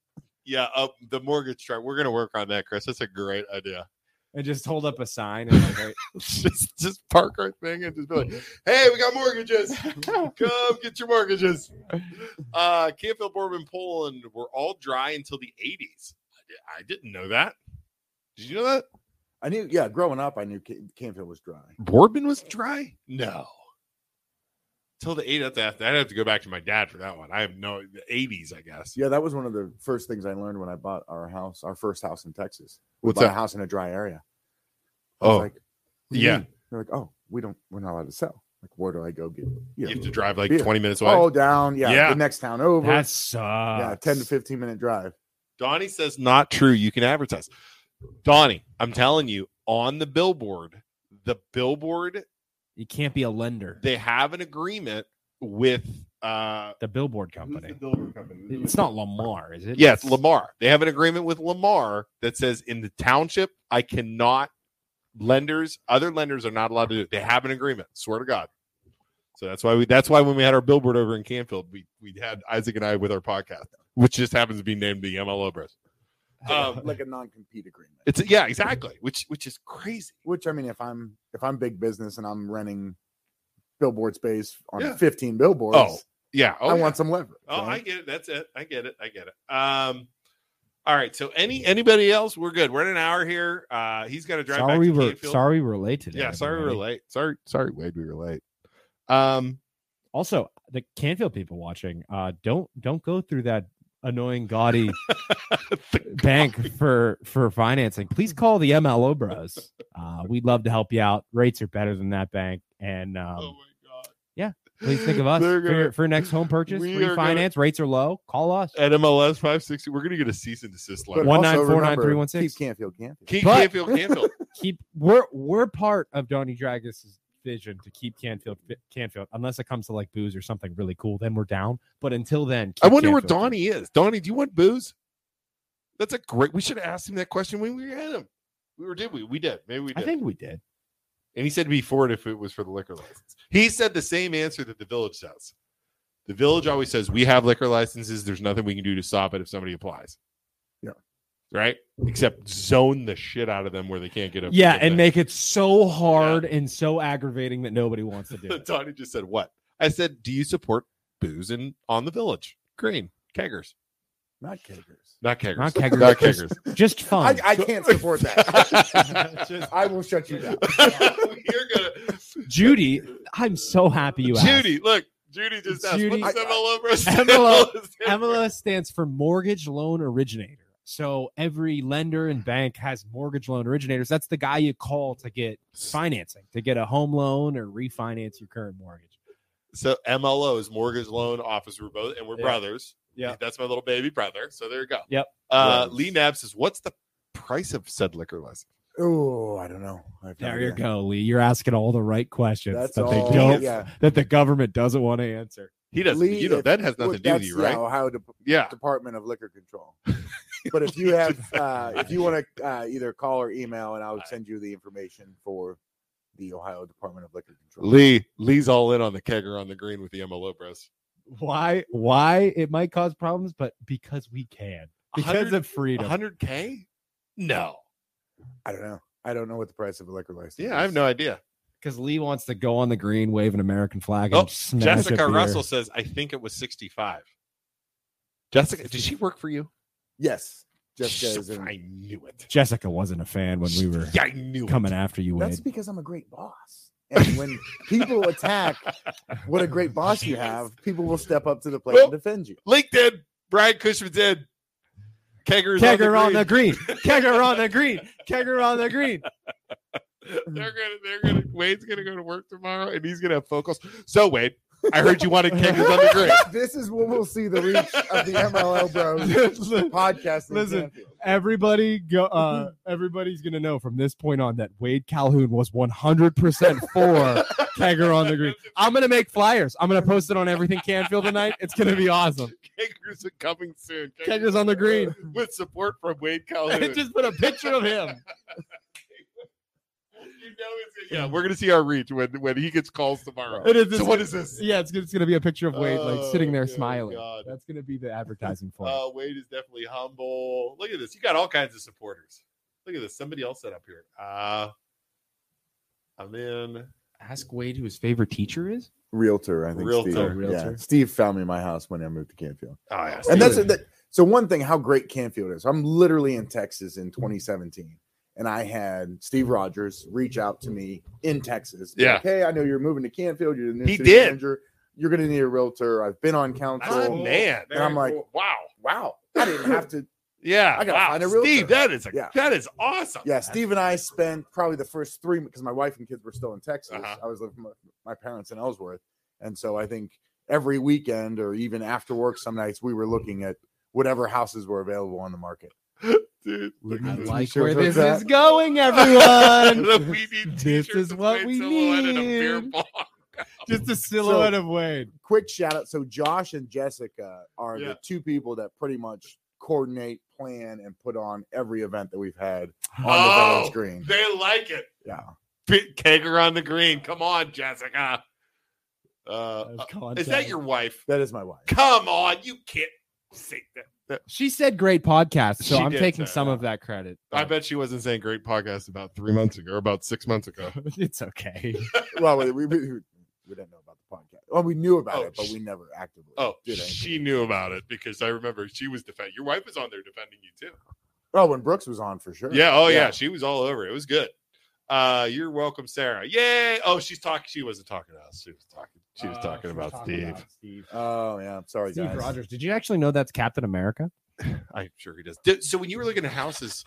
yeah, uh, the mortgage chart. We're gonna work on that, Chris. That's a great idea. [laughs]
and just hold up a sign. And like,
just just park our thing and just be like, hey, we got mortgages. Come get your mortgages. Uh, Canfield Bourbon Poland were all dry until the '80s. I di- I didn't know that. Did you know that
I knew. Yeah, growing up, I knew Can- Canfield was dry.
bourbon was dry? No. Till the eight I'd have, to, I'd have to go back to my dad for that one. I have no the eighties, I guess.
Yeah, that was one of the first things I learned when I bought our house, our first house in Texas. We
What's
bought a
that?
house in a dry area. I was
Oh,
like, "What do you
yeah.
mean?" They're like, oh, we don't. We're not allowed to sell. Like, where do I go get?
you
You
have
know,
to drive like
beer.
twenty minutes away.
oh, down. Yeah,
Yeah.
the next town over.
that sucks.
yeah, ten to fifteen
[laughs]
minute drive.
Donnie says not true. You can advertise. Donnie, I'm telling you, on the billboard, the billboard
You can't be a lender.
they have an agreement with uh
the billboard company. It's not Lamar, is it?
yes lamar they have an agreement with lamar that says in the township i cannot lenders other lenders are not allowed to do it they have an agreement swear to god so that's why we that's why when we had our billboard over in canfield we we had isaac and i with our podcast which just happens to be named the mlo bros Um,
like a non compete agreement.
it's yeah exactly which which is crazy
Which I mean, if I'm if I'm big business and I'm renting billboard space on
Yeah.
fifteen billboards,
Oh, yeah oh,
I
yeah.
want some leverage.
Oh, I
right?
get it. That's it. I get it. I get it. Um, all right. So any anybody else? We're good. We're in an hour here. Uh, he's got to drive
Sorry, we
back to
were
Canfield.
sorry we were late today.
Yeah, sorry we
everybody.
were late. Sorry, sorry, Wade, we were late. Um, [laughs]
Also, the Canfield people watching, uh, don't don't go through that annoying gaudy bank for for financing, please call the MLO Bros. Uh, we'd love to help you out. Rates are better than that bank, and um,
oh my god!
yeah, please think of us
They're
for, your,
gonna-
for your next home purchase.
We
Refinance
are gonna- Eh.
rates are low. Call us.
NMLS five sixty. We're gonna get a cease and desist
But
letter.
What?
also
1949316.
remember, Keep Canfield Canfield.
Keith
But-
Canfield Canfield.
Keep we're we're part of Donny Dragus's vision to keep Canfield Canfield unless it comes to like booze or something really cool. Then we're down. But until then,
[laughs] I
keep
wonder where
Canfield.
Donnie is. Donnie, do you want booze? That's a great. We should have asked him that question when we had him. We were did we? We did. Maybe we did.
I think we did.
and he said before it if it was for the liquor license. He said the same answer that the village says. The village always says we have liquor licenses. There's nothing we can do to stop it if somebody applies.
Yeah.
Right. Except zone the shit out of them where they can't get a
Yeah,
get
and
that.
make it so hard and so aggravating that nobody wants
[laughs]
to do it.
Donnie just said what? I said, do you support booze and on the village green keggers,
Not Kickers.
not keggers, [laughs]
Not keggers,
not
just- [laughs]
keggers.
Just fun.
I, I can't support
[laughs]
that. [laughs]
Just-
I will shut you down.
[laughs] You're gonna
Judy, I'm so happy you asked.
Judy, look, Judy just asked
Judy-
what's MLO versus [laughs]
MLO
MLO?
MLS stands for mortgage loan originator. So every lender and bank has mortgage loan originators. That's the guy you call to get financing, to get a home loan or refinance your current mortgage.
So MLO is mortgage loan officer. We're both and we're
Yeah.
brothers.
Yeah.
That's my little baby brother. So there you go.
Yep.
Uh
Brothers.
Lee Nab says, What's the price of said liquor license?
Oh, I don't know. I have no
There you
idea.
go, Lee. You're asking all the right questions
That's
that
all.
they don't,
Yeah.
that the government doesn't want to answer.
He doesn't
Lee,
you know
if-
that has nothing
Well,
to do with
that's,
you, right?
Yeah, Ohio Dep-
Yeah.
Department of Liquor
[laughs]
Control. But if you have, uh, if you want to uh, either call or email, and I'll send you the information for the Ohio Department of Liquor Control.
Lee, Lee's all in on the kegger on the green with the MLO bros.
Why? Why it might cause problems, but because we can, because
100
of freedom.
100K? No.
I don't know. I don't know what the price of a liquor license.
Yeah, I have no idea.
Because Lee wants to go on the green, wave an American flag.
Oh,
and smash a
Jessica
beer.
Russell says, I think it was 65. Jessica, did she work for you?
Yes, Jessica is in.
I knew it.
Jessica wasn't a fan when we [laughs] were
Yeah, I knew [laughs]
coming after you, Wade.
That's because I'm a great boss. And when people attack what a great boss you have, people will step up to the plate
Well,
and
[laughs]
defend you.
LinkedIn. Brian Cushman did. Keggers
Kegger on the
green.
green. Kegger on the green. Kegger on
[laughs]
the green.
They're gonna. They're gonna. Wade's gonna go to work tomorrow, and he's gonna have focus. So Wade, I heard you wanted keggers
[laughs]
on the
[laughs]
green.
This is when we'll see the reach of the MLL
[laughs]
Bros
[laughs]
podcast. in
Listen,
Canfield.
Everybody go.
[laughs]
Uh, everybody's gonna know from this point on that Wade Calhoun was 100 percent
[laughs]
for Kegger on the green. I'm gonna make flyers. I'm gonna post it on everything Canfield tonight. It's gonna
[laughs]
be awesome.
Keggers are coming soon.
Keggers on the green.
with support from Wade Calhoun.
And [laughs] just put a picture of him.
you know it's, yeah, we're gonna see our reach when when he gets calls tomorrow.
It is-
So what is this?
Yeah, it's, it's gonna be a picture of Wade like sitting
Oh,
there
good
smiling.
God.
That's gonna be the advertising for. it.
Uh, Wade is definitely humble. Look at this. You got all kinds of supporters. Look at this. Somebody else set up here. Uh, I'm in. Oh,
Ask Wade who his favorite teacher is.
Realtor, I think.
Realtor.
Steve.
Oh,
realtor.
Yeah, Steve found me my house when I moved to Canfield,
Oh, yeah,
and that's
Dude.
that, so one thing. How great Canfield is! I'm literally in Texas in 2017, and I had Steve Rogers reach out to me in Texas. Be
Yeah.
like, hey, I know you're moving to Canfield. You're the new
He
city
did.
manager. You're going to need a realtor. I've been on council.
That's man.
And I'm like,
Wow.
wow, I didn't have to.
Yeah.
I gotta
wow.
find a realtor.
Steve, that is a,
Yeah.
that is awesome.
Yeah, Steve and I spent probably the first three because my wife and kids were still in Texas.
Uh-huh.
I was living with my parents in Ellsworth, and so I think every weekend or even after work some nights we were looking at whatever houses were available on the market.
Dude, look
I
at this.
like
Sure
where this
does that.
is
[laughs]
going, everyone.
Look, we need
This
t-shirts
is
of
what
Wade
we
Silhouette and a beer
need.
bong. [laughs]
Just a silhouette of Wade.
Quick shout out! So Josh and Jessica are
Yeah.
the two people that pretty much coordinate, plan, and put on every event that we've had on the
Oh,
village green.
they like it.
Yeah,
Bit kegger on the green. Come on, Jessica. Uh,
Of content.
is that your wife?
that is my wife.
Come on, you can't say that.
She said great podcast, so
She
I'm
did
taking
say
some
that.
of that credit.
I bet she wasn't saying great podcast about three months ago or about six months ago.
[laughs]
it's okay.
Well, we, we, we we didn't know about the podcast. Well, we knew about
Oh,
it, but
sh-
we never actively.
Oh,
did anything.
she knew about it because I remember she was defending. Your wife was on there defending you too.
Oh, when Brooks was on for sure.
Yeah. Oh, yeah. She was all over. It It was good. Uh, you're welcome, Sarah. Yay. Oh, she's talking. She wasn't talking to us. She was talking She was
Uh,
talking
she was
about Steve. [laughs]
about Steve.
Oh yeah, sorry
Steve
guys.
Rogers. Did you actually know that's Captain America?
I'm sure he does. Did- so when you were looking at houses,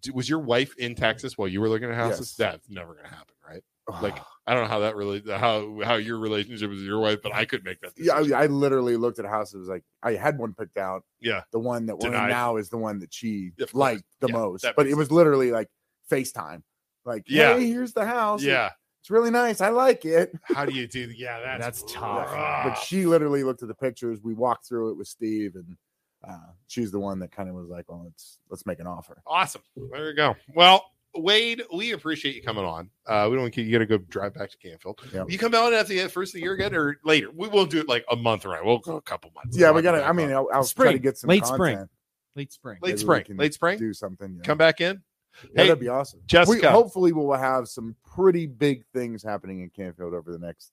d- was your wife in Texas while you were looking at houses?
Yes.
That's never going to happen, right? Like- I don't know how that really how how your relationship is with your wife, but I could make that.
[sighs] yeah,
Decision.
I, I literally looked at a house. It was like I had one picked out.
Yeah.
the one that we're
Denied.
in now is the one that she
Of course.
liked the
Yeah,
most.
that
But
makes
it was literally like FaceTime. Like,
Yeah.
yeah, hey, here's the house.
yeah.
it's really nice. I like it.
How do you do? Yeah, that's
That's tough.
rough.
But she literally looked at the pictures. We walked through it with Steve, and uh, she's the one that kind of was like, "Well, let's let's make an offer."
Awesome. There you go. Well, Wade, we appreciate you coming on. Uh, we don't want to keep you. Got to go drive back to Canfield.
Yeah.
You come out at the first of the year again or later. We won't do it like a month right. We'll go a couple months.
Yeah, we
We'll
gotta.
have
I mean,
back
I'll, I'll try to
Spring,
get some
late spring.
content.
Late spring.
on. late
Maybe we
spring,
can
late spring.
Do something. yeah.
Come back in.
Yeah,
Hey,
that'd be awesome. We,
Jessica.
hopefully, we'll have some pretty big things happening in Canfield over the next,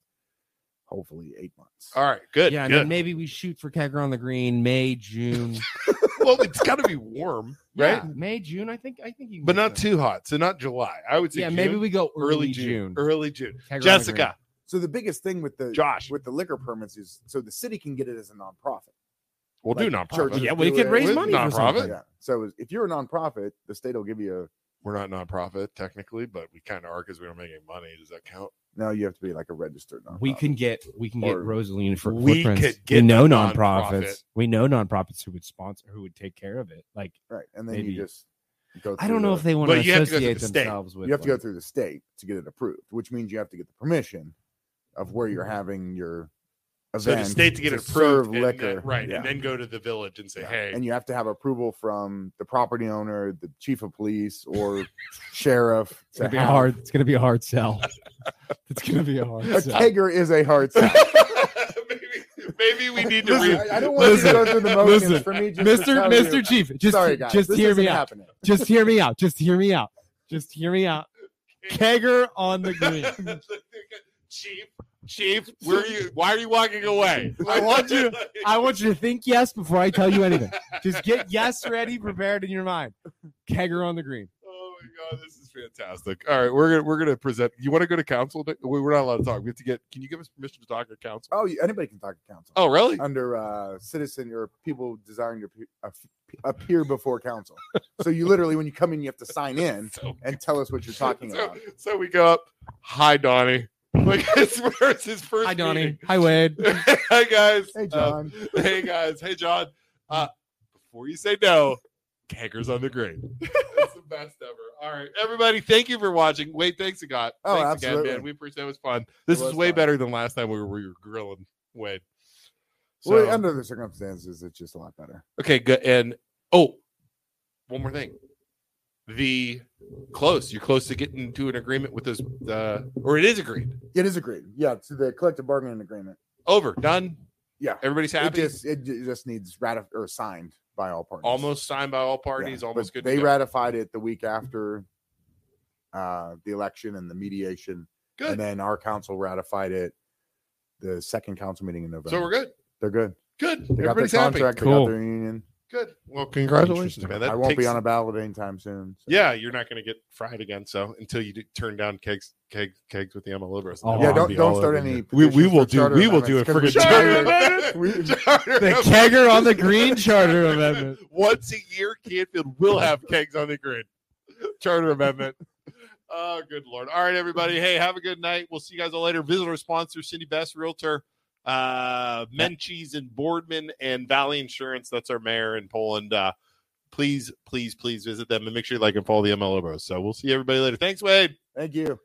hopefully, eight months.
All right, good.
yeah, and
good.
then maybe we shoot for Kegger on the Green May, June.
well, it's got to be warm, [laughs] right?
[laughs] Yeah, May, June. I think I think you can
But
make
not
that.
too hot. So not July. I would say.
Yeah, maybe
June,
we go early,
early
June.
Early June.
Kegger on the
Jessica,
So the biggest thing with the
Josh,
with the liquor permits is so the city can get it as a nonprofit.
we'll do
Like,
nonprofit.
churches
Yeah, we
do
could
it.
raise
We're
money for
nonprofit.
something.
Yeah. So if you're a nonprofit, the state will give you
We're not nonprofit technically, but we kind of are because we don't make any money. Does that count?
a. No, you have to be like a registered nonprofit.
We can get we can get
Or-
Rosaline for
Um, We
footprints.
could get
we know
a
nonprofits.
nonprofit.
We know nonprofits who would sponsor who would take care of it. Like
right, and then
Maybe.
you just go.
I don't know if
the-
they want to
But you have to go through
associate
the state.
themselves with
you have to go
like-
through the state to get it approved, which means you have to get the permission of where
Mm-hmm.
you're having your
So
event
the state to get it
serve
approved, and
liquor,
then- right?
Yeah.
And then go to the village and say,
Yeah.
"Hey,
and you have to have approval from the property owner, the chief of police, or sheriff.
It's gonna
to
be a
have-
hard. It's gonna be a hard sell. [laughs] it's gonna be a
A
hard sell.
kegger is a
[laughs]
hard sell.
[laughs] maybe, maybe we need to
Listen,
read."
I, I don't want you to go through the motions
Listen,
for me. Just to
Mr.
tell
Mr.
you-
Chief, just
sorry guys,
just
this
hear
isn't
me out.
happening.
Just hear me out. Just hear me out. Just hear me
[laughs]
out. Kegger on the green.
Chief, chief, where are you? Why are you walking
[laughs]
away?
I want
[laughs]
you- I want you to think yes before I tell you anything. Just get yes ready, prepared in your mind. Kegger on the green.
Oh my god, this is fantastic! All right, we're gonna we're gonna present. You want to go to council? We- We're not allowed to talk. We have to get. Can you give us permission to talk at council?
Oh, you- anybody can talk to council
Oh, really?
under uh, citizen or people desiring to appe- appear before council. so you literally, when you come in, you have to sign in
So,
and tell us what you're talking
so,
about.
so we go up. Hi, Donnie. [laughs] Like it's first his first.
Hi Donnie.
meeting. [laughs]
Hi Wade.
Hi guys.
uh,
Hey,
Um,
John.
[laughs] hey guys, hey John. Uh, before you say no, keggers on the green.
[laughs]
That's the best ever. All right, everybody, thank you for watching. Wade, thanks a God.
Oh,
thanks
absolutely.
man. We appreciate it. It was fun. This
It
is
was
way
fun.
better than last time we were, we were grilling Wade.
well,
So-
under the circumstances, it's just a lot better.
okay, good. And oh, one more thing. The close, you're close to getting to an agreement with those, uh, or it is agreed.
It is agreed. Yeah, to the collective bargaining agreement.
Over, done.
Yeah.
everybody's
It
happy.
just it ju- just needs ratif- or signed by all parties.
Almost signed by all parties.
Yeah,
almost good.
but They
to go. Mm-hmm.
ratified it the week after uh, the election and the mediation,
good.
and then our council ratified it the second council meeting in November.
so we're good.
They're good.
Good.
They got their
Everybody's happy.
contract. They
Cool.
got their union.
Good. Well, congratulations, man. That
I won't
takes,
be on a ballot anytime soon. so-
Yeah, you're not going to get fried again. So until you do, turn down kegs, keg, kegs with the MLO bros.
Oh,
Yeah,
I'll
don't
be
don't start any. petitions for charter amendments, 'cause we-
charter amendment. The kegger on the green charter amendment.
[laughs] Once a year, Canfield will have kegs on the grid. Charter amendment. Oh, good lord. All right, everybody. Hey, have a good night. We'll see you guys all later. Visit our sponsor, Cindy Best Realtor, uh, Menchie's and Boardman and Valley Insurance. That's our mayor in Poland. Uh, please, please, please visit them and make sure you like and follow the MLO bros. So we'll see everybody later. Thanks, Wade.
Thank you.